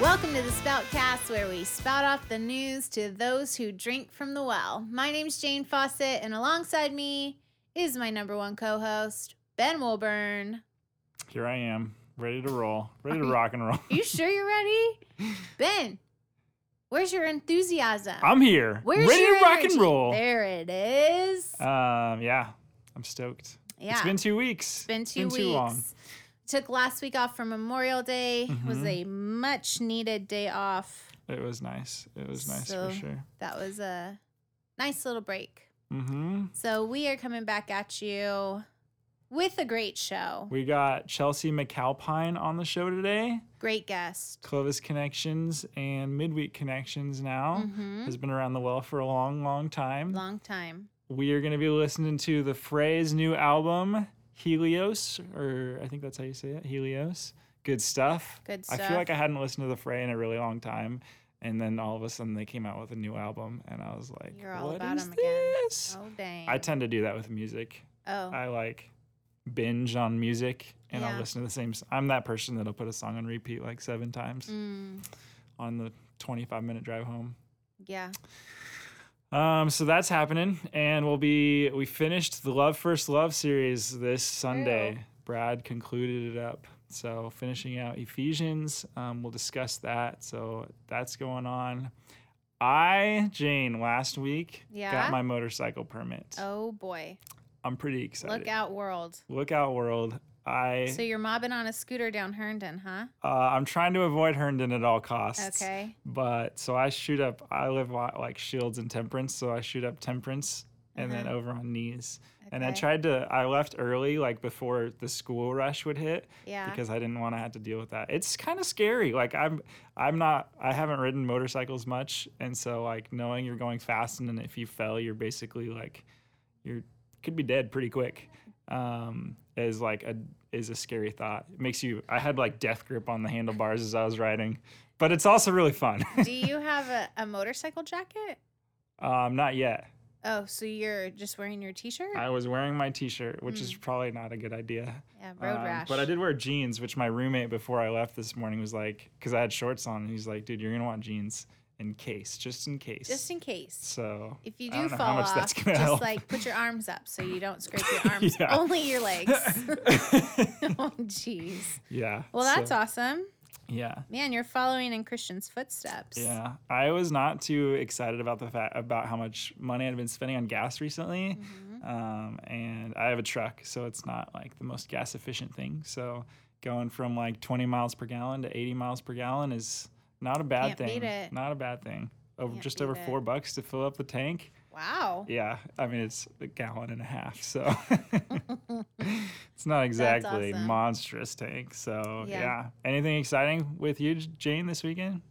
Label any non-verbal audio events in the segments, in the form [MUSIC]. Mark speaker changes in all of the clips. Speaker 1: Welcome to the Spoutcast, where we spout off the news to those who drink from the well. My name's Jane Fawcett, and alongside me is my number one co host, Ben Wilburn.
Speaker 2: Here I am, ready to roll, ready to rock and roll. [LAUGHS]
Speaker 1: Are you sure you're ready? Ben, where's your enthusiasm?
Speaker 2: I'm here,
Speaker 1: Where's
Speaker 2: ready to
Speaker 1: your
Speaker 2: rock
Speaker 1: energy?
Speaker 2: and roll.
Speaker 1: There it is.
Speaker 2: Um, yeah, I'm stoked.
Speaker 1: yeah.
Speaker 2: It's been two weeks.
Speaker 1: It's been two weeks.
Speaker 2: long.
Speaker 1: Took last week off for Memorial Day. It was
Speaker 2: Mhm.
Speaker 1: a much needed day off.
Speaker 2: It was nice. It was nice
Speaker 1: So-
Speaker 2: for sure.
Speaker 1: That was a nice little break.
Speaker 2: Mm-hmm.
Speaker 1: So we are coming back at you with a great show.
Speaker 2: We got Chelsea McAlpine on the show today.
Speaker 1: Great guest.
Speaker 2: Clovis Connections and Midweek Connections now
Speaker 1: hmm
Speaker 2: has been around the well for a long, long time.
Speaker 1: Long time.
Speaker 2: We are going to be listening to the Phrase new album, Helios, or I think that's how you say it, Helios. Good stuff.
Speaker 1: Good
Speaker 2: I
Speaker 1: stuff.
Speaker 2: feel like I hadn't listened to the Fray in a really long time, and then all of a sudden they came out with a new album, and I was like,
Speaker 1: You're all
Speaker 2: "What
Speaker 1: about
Speaker 2: is
Speaker 1: 'em again."
Speaker 2: this?"
Speaker 1: Oh dang.
Speaker 2: I tend to do that with music.
Speaker 1: oh.
Speaker 2: I like binge on music, and
Speaker 1: Yeah.
Speaker 2: I'll listen to the same. s- I'm that person that'll put a song on repeat like seven times
Speaker 1: Mm,
Speaker 2: on the 25 minute drive home.
Speaker 1: yeah.
Speaker 2: Um, so that's happening, and we'll be we finished the Love First Love series this Sunday. Brad concluded it up, so finishing out Ephesians. Um, we'll discuss that. So that's going on. I Jane last week
Speaker 1: Yeah?
Speaker 2: got my motorcycle permit.
Speaker 1: Oh boy.
Speaker 2: I'm pretty excited.
Speaker 1: Look out world.
Speaker 2: Look out world! I
Speaker 1: So you're mobbing on a scooter down Herndon, huh?
Speaker 2: uh, I'm trying to avoid Herndon at all costs.
Speaker 1: Okay.
Speaker 2: But so I shoot up. I live on, like Shields and Temperance, so I shoot up Temperance and
Speaker 1: Mm-hmm.
Speaker 2: then over on Knees. And I
Speaker 1: Okay.
Speaker 2: tried to. I left early, like before the school rush would hit,
Speaker 1: Yeah.
Speaker 2: because I didn't want to have to deal with that. It's kind of scary. Like I'm, I'm not. I haven't ridden motorcycles much, and so like knowing you're going fast, and then if you fell, you're basically like, you're could be dead pretty quick. Um, is like a is a scary thought. It makes you. I had like death grip on the handlebars as I was riding, but it's also
Speaker 1: [LAUGHS]
Speaker 2: really fun.
Speaker 1: Do you have a, a motorcycle jacket?
Speaker 2: um, not yet.
Speaker 1: Oh, so you're just wearing your t-shirt?
Speaker 2: I was wearing my T-shirt, which
Speaker 1: Mm.
Speaker 2: is probably not a good idea.
Speaker 1: yeah, road
Speaker 2: Um,
Speaker 1: rash.
Speaker 2: But I did wear jeans, which my roommate before I left this morning was like, because I had shorts on, and he's like, dude, you're gonna want jeans in case, just in case.
Speaker 1: Just in case. [LAUGHS]
Speaker 2: so
Speaker 1: If you
Speaker 2: I
Speaker 1: do
Speaker 2: don't know how
Speaker 1: fall
Speaker 2: much
Speaker 1: off,
Speaker 2: that's
Speaker 1: just
Speaker 2: gonna help.
Speaker 1: like put your arms up so you don't scrape
Speaker 2: [LAUGHS]
Speaker 1: your arms.
Speaker 2: Yeah.
Speaker 1: Only your
Speaker 2: [LAUGHS]
Speaker 1: legs. [LAUGHS] oh, jeez.
Speaker 2: yeah.
Speaker 1: Well, that's
Speaker 2: so,
Speaker 1: awesome,
Speaker 2: yeah.
Speaker 1: man. You're following in Christian's footsteps.
Speaker 2: Yeah, I was not too excited about the fact about how much money I'd been spending on gas recently,
Speaker 1: Mm-hmm.
Speaker 2: um, and I have a truck, so it's not like the most gas efficient thing. So going from like 20 miles per gallon to 80 miles per gallon is not a
Speaker 1: Can't
Speaker 2: bad
Speaker 1: beat
Speaker 2: thing.
Speaker 1: it.
Speaker 2: Not a bad thing. Over
Speaker 1: Can't
Speaker 2: just
Speaker 1: beat
Speaker 2: over
Speaker 1: it.
Speaker 2: four bucks to fill up the tank.
Speaker 1: Wow.
Speaker 2: Yeah, I mean it's a gallon and a half, so
Speaker 1: [LAUGHS]
Speaker 2: it's not exactly
Speaker 1: awesome.
Speaker 2: monstrous tank. So
Speaker 1: Yeah.
Speaker 2: yeah, anything exciting with you, Jane, this weekend?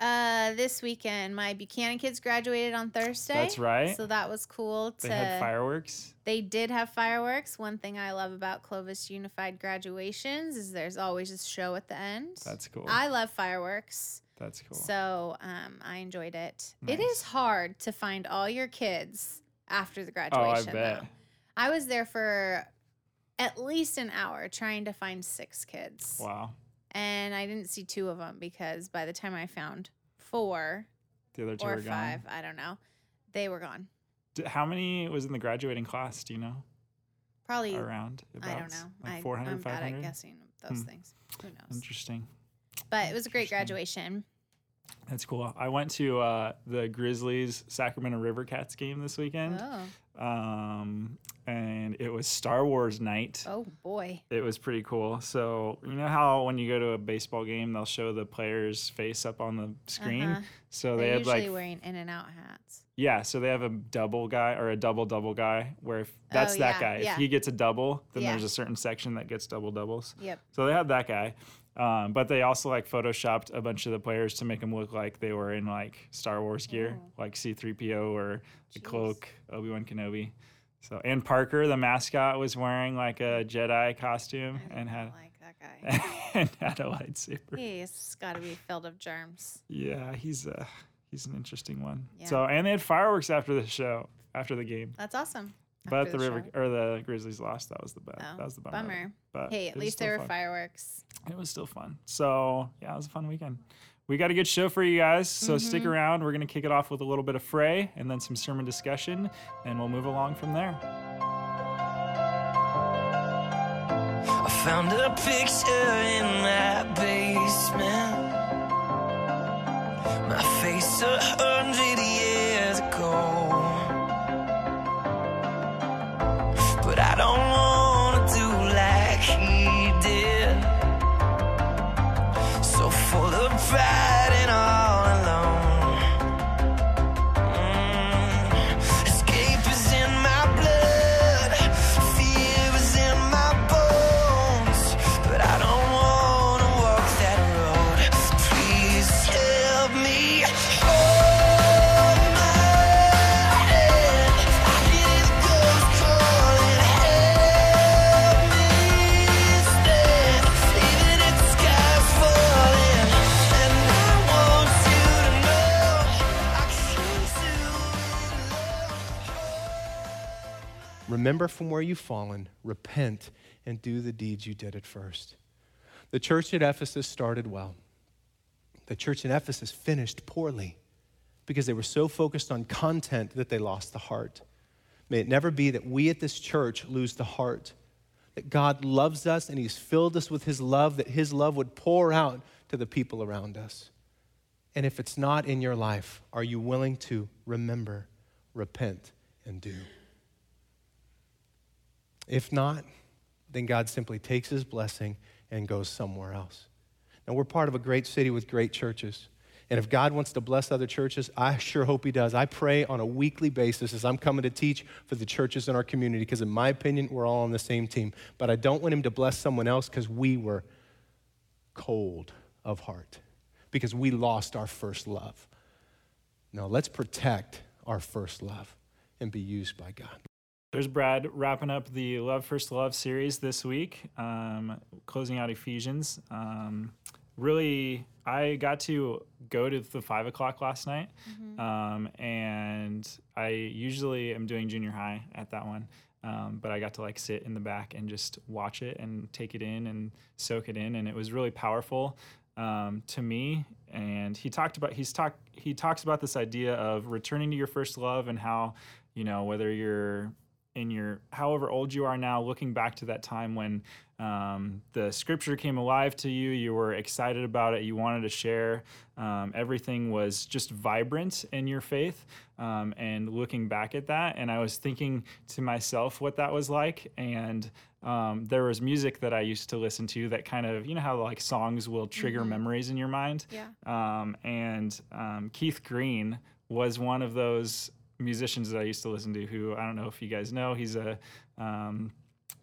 Speaker 1: Uh, this weekend, my Buchanan kids graduated on Thursday.
Speaker 2: That's right.
Speaker 1: So that was cool. To
Speaker 2: They had fireworks.
Speaker 1: They did have fireworks. One thing I love about Clovis Unified graduations is there's always a show at the end.
Speaker 2: That's cool.
Speaker 1: I love fireworks.
Speaker 2: That's cool.
Speaker 1: So um, I enjoyed it. It
Speaker 2: Nice.
Speaker 1: is hard to find all your kids after the
Speaker 2: oh, I
Speaker 1: graduation.
Speaker 2: bet.
Speaker 1: Though. I was there for at least an hour trying to find six kids.
Speaker 2: Wow.
Speaker 1: And I didn't see two of them because by the time I found four
Speaker 2: The other two
Speaker 1: or
Speaker 2: are gone.
Speaker 1: five, I don't know, they were gone.
Speaker 2: D- how many was in the graduating class? Do you know?
Speaker 1: Probably,
Speaker 2: Around?
Speaker 1: I don't
Speaker 2: abouts?
Speaker 1: know. I,
Speaker 2: Like 400,
Speaker 1: I'm bad
Speaker 2: 500?
Speaker 1: at guessing those
Speaker 2: Hmm.
Speaker 1: things. Who knows?
Speaker 2: Interesting.
Speaker 1: But it was a great
Speaker 2: Interesting.
Speaker 1: graduation.
Speaker 2: That's cool. I went to uh, the Grizzlies Sacramento River Cats game this weekend.
Speaker 1: Oh,
Speaker 2: Um, and it was Star Wars night.
Speaker 1: oh boy.
Speaker 2: It was pretty cool. So, you know how when you go to a baseball game, they'll show the player's face up on the screen?
Speaker 1: Uh-huh.
Speaker 2: So they
Speaker 1: They're
Speaker 2: had
Speaker 1: usually
Speaker 2: like
Speaker 1: wearing in and out hats.
Speaker 2: Yeah, so they have a double guy or a double double guy where if that's
Speaker 1: Oh,
Speaker 2: that
Speaker 1: yeah,
Speaker 2: guy.
Speaker 1: yeah.
Speaker 2: If he gets a double, then
Speaker 1: Yeah.
Speaker 2: there's a certain section that gets double doubles.
Speaker 1: Yep.
Speaker 2: So they had that guy. Um, but they also like photoshopped a bunch of the players to make them look like they were in like Star Wars gear,
Speaker 1: Oh.
Speaker 2: like C3PO or the
Speaker 1: Jeez.
Speaker 2: cloak, Obi-Wan Kenobi. So and Parker, the mascot, was wearing like a Jedi costume
Speaker 1: I
Speaker 2: and
Speaker 1: do
Speaker 2: [LAUGHS] had
Speaker 1: not like that guy.
Speaker 2: and had a [LAUGHS] lightsaber.
Speaker 1: He's got to be filled of germs.
Speaker 2: Yeah, he's uh he's an interesting one.
Speaker 1: Yeah.
Speaker 2: So and they had fireworks after the show, after the game.
Speaker 1: That's awesome.
Speaker 2: But
Speaker 1: After
Speaker 2: the, river or the Grizzlies lost. That was the best.
Speaker 1: Oh,
Speaker 2: that was the bummer. of it.
Speaker 1: bummer.
Speaker 2: But
Speaker 1: Hey,
Speaker 2: it
Speaker 1: at
Speaker 2: was
Speaker 1: least
Speaker 2: still
Speaker 1: there were
Speaker 2: fun.
Speaker 1: fireworks.
Speaker 2: It was still fun. So yeah, it was a fun weekend. we got a good show for you guys, so stick
Speaker 1: Mhm.
Speaker 2: around. We're going to kick it off with a little bit of fray and then some sermon discussion, and we'll move along from there.
Speaker 3: I found a picture in my basement. My face a hundred years ago. But I don't wanna do like he did. So full of pride and all alone. Escape is in my blood, fear is in my bones, but I don't wanna walk that road. Please help me hold my head. I hear the ghost calling, help me stand, even if the sky's falling, and I want you to know I choose you.
Speaker 4: Remember from where you've fallen, repent, and do the deeds you did at first. The church at Ephesus started well. The church in Ephesus finished poorly because they were so focused on content that they lost the heart. May it never be that we at this church lose the heart, that God loves us and He's filled us with His love, that His love would pour out to the people around us. And if it's not in your life, are you willing to remember, repent, and do? If not, then God simply takes his blessing and goes somewhere else. Now, we're part of a great city with great churches. And if God wants to bless other churches, I sure hope he does. I pray on a weekly basis as I'm coming to teach for the churches in our community because, in my opinion, we're all on the same team. But I don't want him to bless someone else because we were cold of heart, because we lost our first love. No, let's protect our first love and be used by God.
Speaker 2: There's Brad wrapping up the Love First Love series this week, um, closing out Ephesians. Um, really, I got to go to the five o'clock last night, um, and I usually am doing junior high at that one, um, but I got to like sit in the back and just watch it and take it in and soak it in, and it was really powerful um, to me. And he talked about he's talk he talks about this idea of returning to your first love and how you know whether you're in your however old you are now looking back to that time when um, the scripture came alive to you you were excited about it you wanted to share um, everything was just vibrant in your faith um, and looking back at that and i was thinking to myself what that was like and um, there was music that i used to listen to that kind of you know how like songs will trigger memories in your mind
Speaker 1: Yeah.
Speaker 2: um, and um, Keith Green was one of those musicians that I used to listen to. Who I don't know if you guys know, he's a um,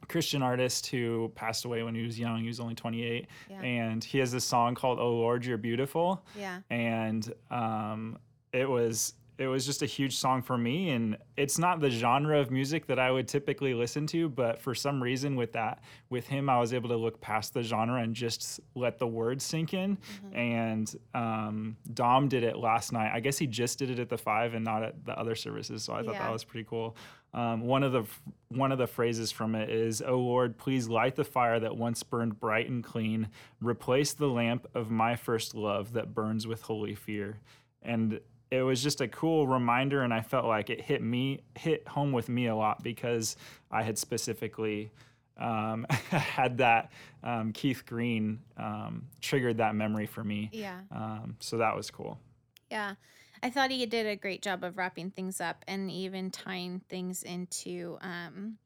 Speaker 2: Christian artist who passed away when he was young. He was only 28,
Speaker 1: Yeah.
Speaker 2: and he has this song called "Oh Lord, You're Beautiful."
Speaker 1: Yeah.
Speaker 2: and um, it was it was just a huge song for me and it's not the genre of music that i would typically listen to but for some reason with that with him i was able to look past the genre and just s- let the words sink in and um, dom did it last night i guess he just did it at the five and not at the other services so i thought
Speaker 1: Yeah.
Speaker 2: that was pretty cool um, one of the f- one of the phrases from it is, "Oh Lord, please light the fire that once burned bright and clean, replace the lamp of my first love that burns with holy fear." And it was just a cool reminder, and I felt like it hit me hit home with me a lot because I had specifically um, [LAUGHS] had that um, Keith Green um, triggered that memory for me.
Speaker 1: Yeah.
Speaker 2: Um, so that was cool.
Speaker 1: Yeah. I thought he did a great job of wrapping things up and even tying things into um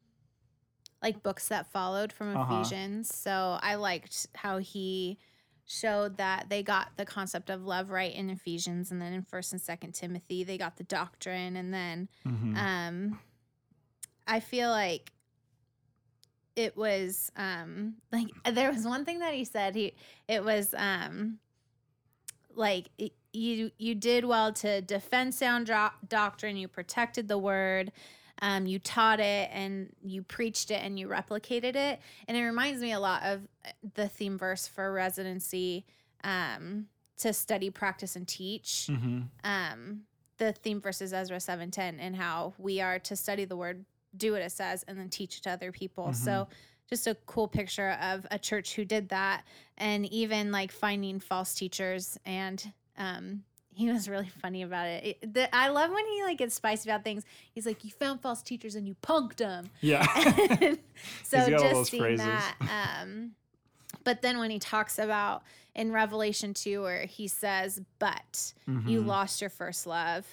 Speaker 1: like books that followed from
Speaker 2: Uh-huh.
Speaker 1: Ephesians. So I liked how he showed that they got the concept of love right in Ephesians and then in 1st and 2nd Timothy they got the doctrine and then
Speaker 2: Mhm.
Speaker 1: um I feel like it was um like there was one thing that he said he it was um like y- you you did well to defend sound dro- doctrine you protected the word um, you taught it and you preached it and you replicated it and it reminds me a lot of uh, the theme verse for residency um, to study practice and teach
Speaker 2: Mhm.
Speaker 1: um, the theme verses Ezra seven ten and how we are to study the word do what it says and then teach it to other people.
Speaker 2: Mm-hmm.
Speaker 1: So just a cool picture of a church who did that and even like finding false teachers and um he was really funny about it. It- the, I love when he like gets spicy about things. He's like, "You found false teachers and you punked
Speaker 2: [LAUGHS]
Speaker 1: them."
Speaker 2: Yeah.
Speaker 1: [LAUGHS] so
Speaker 2: got all those
Speaker 1: just seeing
Speaker 2: phrases. [LAUGHS]
Speaker 1: that. Um, but then when he talks about in Revelation 2, where he says, But
Speaker 2: Mm-hmm.
Speaker 1: you lost your first love.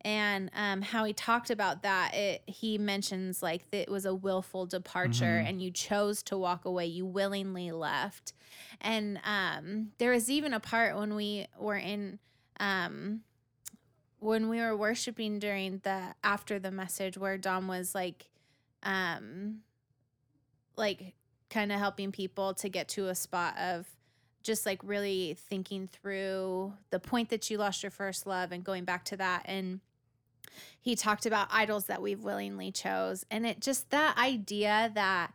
Speaker 1: And um, how he talked about that, it, he mentions like that it was a willful departure and you chose to walk away. You willingly left. And um, there was even a part when we were in um, when we were worshiping during the after the message where Dom was like um like kind of helping people to get to a spot of just like really thinking through the point that you lost your first love and going back to that and he talked about idols that we've willingly chose and it just that idea that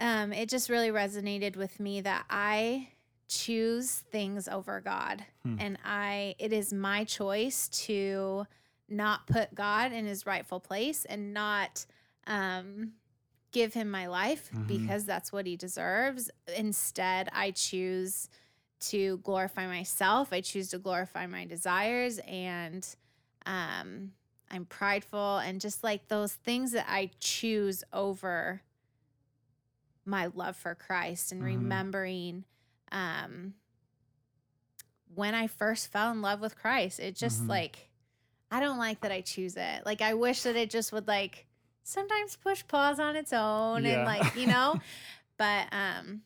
Speaker 1: um it just really resonated with me that i choose things over god
Speaker 2: Hmm.
Speaker 1: and i it is my choice to not put god in his rightful place and not um give him my life
Speaker 2: Mhm.
Speaker 1: because that's what he deserves instead i choose to glorify myself i choose to glorify my desires and um i'm prideful and just like those things that i choose over my love for Christ and
Speaker 2: Mhm.
Speaker 1: remembering um when I first fell in love with Christ. It just
Speaker 2: Mhm.
Speaker 1: like I don't like that I choose it. Like I wish that it just would like sometimes push pause on its own
Speaker 2: Yeah.
Speaker 1: and like, you
Speaker 2: [LAUGHS]
Speaker 1: know, but um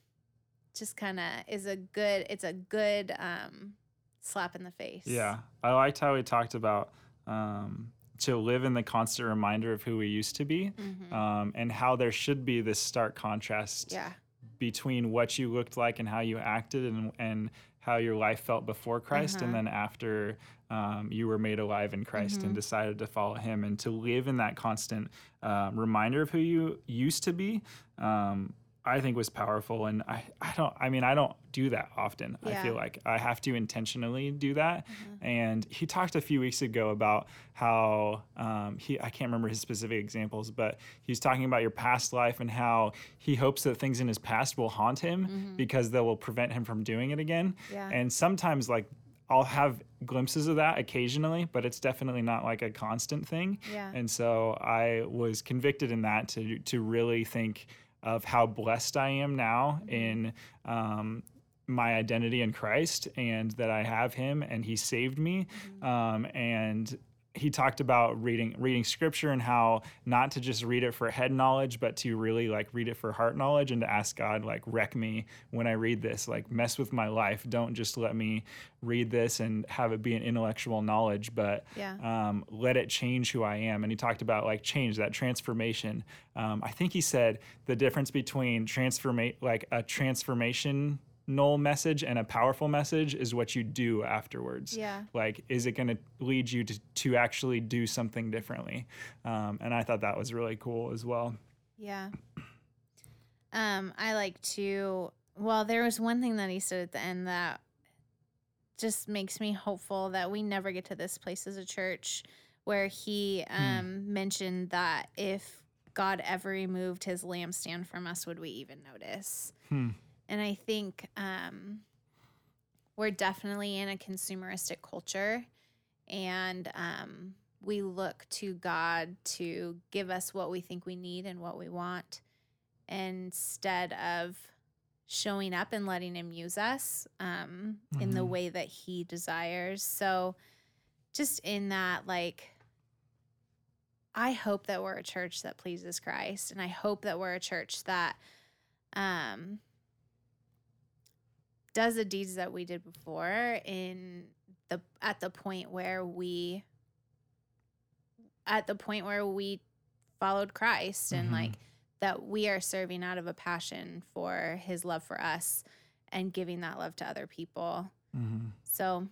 Speaker 1: just kind of is a good it's a good um slap in the face.
Speaker 2: Yeah, I liked how he talked about um, to live in the constant reminder of who we used to be,
Speaker 1: Mhm.
Speaker 2: um, and how there should be this stark contrast
Speaker 1: Yeah.
Speaker 2: between what you looked like and how you acted, and and how your life felt before Christ, and then after um, you were made alive in Christ and decided to follow Him, and to live in that constant um, reminder of who you used to be. Um, I think was powerful, and I, I don't. I mean, I don't do that often. I
Speaker 1: Yeah. Mm-hmm.
Speaker 2: feel like like i have to intentionally do that and he talked a few weeks ago about how um, he i can't remember his specific examples but he's talking about your past life and how he hopes that things in his past will haunt him because they will prevent him from doing it again
Speaker 1: Mm-hmm. Yeah.
Speaker 2: and sometimes like i'll have glimpses of that occasionally but it's definitely not like a constant thing
Speaker 1: Yeah.
Speaker 2: and so I was convicted in that to to really think of how blessed I am now in um, my identity in Christ, and that I have Him, and He saved me, um, and. He talked about reading reading scripture and how not to just read it for head knowledge, but to really like read it for heart knowledge and to ask God like wreck me when I read this, like mess with my life. Don't just let me read this and have it be an intellectual knowledge, but
Speaker 1: Yeah.
Speaker 2: um, let it change who I am. And he talked about like change, that transformation. Um, I think he said the difference between transformate like a transformational message and a powerful message is what you do afterwards
Speaker 1: Yeah.
Speaker 2: like is it going to lead you to, to actually do something differently um, and i thought that was really cool as well
Speaker 1: Yeah. Um, I like to. Well, there was one thing that he said at the end that just makes me hopeful that we never get to this place as a church where he
Speaker 2: Hmm.
Speaker 1: um, mentioned that if God ever removed his lampstand from us, would we even notice?
Speaker 2: Hmm.
Speaker 1: And I think um, we're definitely in a consumeristic culture and um, we look to God to give us what we think we need and what we want instead of showing up and letting Him use us um, in the
Speaker 2: Mhm.
Speaker 1: way that He desires. So, just in that, like, I hope that we're a church that pleases Christ, and I hope that we're a church that um, does the deeds that we did before in the at the point where we at the point where we followed Christ and
Speaker 2: Mhm.
Speaker 1: like that we are serving out of a passion for his love for us and giving that love to other people.
Speaker 2: mm-hmm.
Speaker 1: So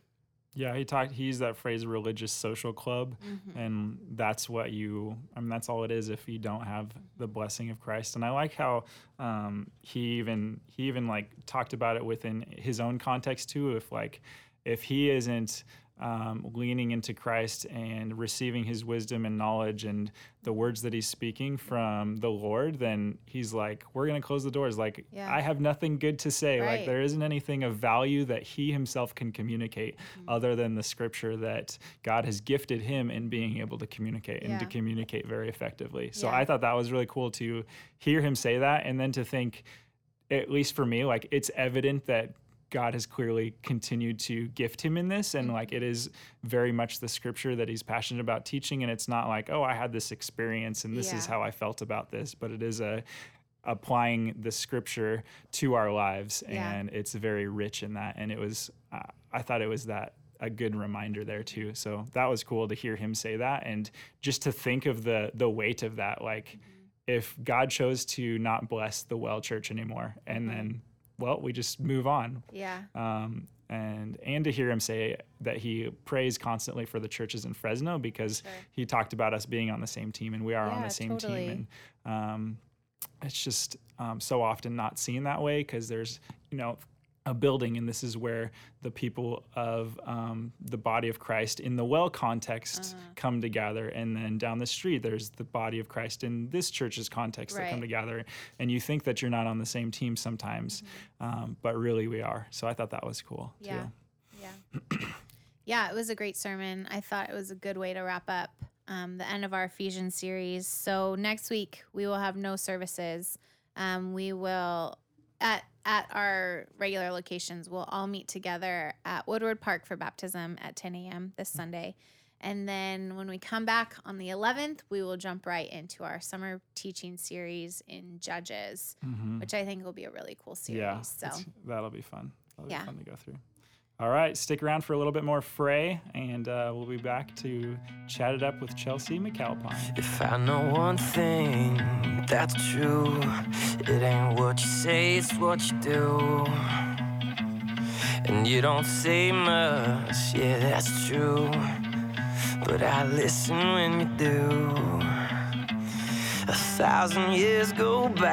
Speaker 2: yeah he talked he used that phrase religious social club
Speaker 1: Mm-hmm.
Speaker 2: and that's what you i mean that's all it is if you don't have the blessing of christ and i like how um, he even he even like talked about it within his own context too if like if he isn't um, leaning into Christ and receiving his wisdom and knowledge and the words that he's speaking from the Lord, then he's like, we're going to close the doors. Like,
Speaker 1: Yeah.
Speaker 2: I have nothing good to say.
Speaker 1: Right.
Speaker 2: Like, there isn't anything of value that he himself can communicate
Speaker 1: Mm-hmm.
Speaker 2: other than the scripture that God has gifted him in being able to communicate and to
Speaker 1: Yeah.
Speaker 2: communicate very effectively. So
Speaker 1: Yeah.
Speaker 2: I thought that was really cool to hear him say that and then to think, at least for me, like it's evident that God has clearly continued to gift him in this. And like
Speaker 1: Mm-hmm.
Speaker 2: it is very much the scripture that he's passionate about teaching. And it's not like, oh, I had this experience and this is
Speaker 1: Yeah.
Speaker 2: how I felt about this, but it is a applying the scripture to our lives.
Speaker 1: Yeah.
Speaker 2: And it's very rich in that. And it was, uh, I thought it was that a good reminder there too. So that was cool to hear him say that and just to think of the the weight of that like if God chose to not bless the well church anymore, and then, well, we just move on.
Speaker 1: Yeah.
Speaker 2: Um, and and to hear him say that he prays constantly for the churches in Fresno because he talked about us being on the same team and we are on
Speaker 1: Yeah,
Speaker 2: the same
Speaker 1: totally.
Speaker 2: team and um, it's just um, so often not seen that way because there's you know a building and this is where the people of um, the body of christ in the well context
Speaker 1: Uh-huh.
Speaker 2: come to gather and then down the street there's the body of christ in this church's context that
Speaker 1: Right.
Speaker 2: come together and you think that you're not on the same team sometimes
Speaker 1: Mm-hmm.
Speaker 2: um, but really we are so i thought that was cool
Speaker 1: Yeah.
Speaker 2: too.
Speaker 1: Yeah. yeah, it was a great sermon. I thought it was a good way to wrap up um, the end of our Ephesians series. So next week, we will have no services. Um, we will. At, at our regular locations, we'll all meet together at Woodward Park for baptism at 10 a.m. this Sunday. And then when we come back on the 11th, we will jump right into our summer teaching series in Judges,
Speaker 2: Mhm.
Speaker 1: which I think will be a really cool series.
Speaker 2: yeah
Speaker 1: so,
Speaker 2: it's- that'll be fun that'll
Speaker 1: Yeah.
Speaker 2: be fun to go through all right stick around for a little bit more fray and uh, we'll be back to chat it up with chelsea mcalpine
Speaker 3: If I know one thing that's true, it ain't what you say, it's what you do. And you don't say much, yeah, that's true. But I listen when you do. A thousand years go by,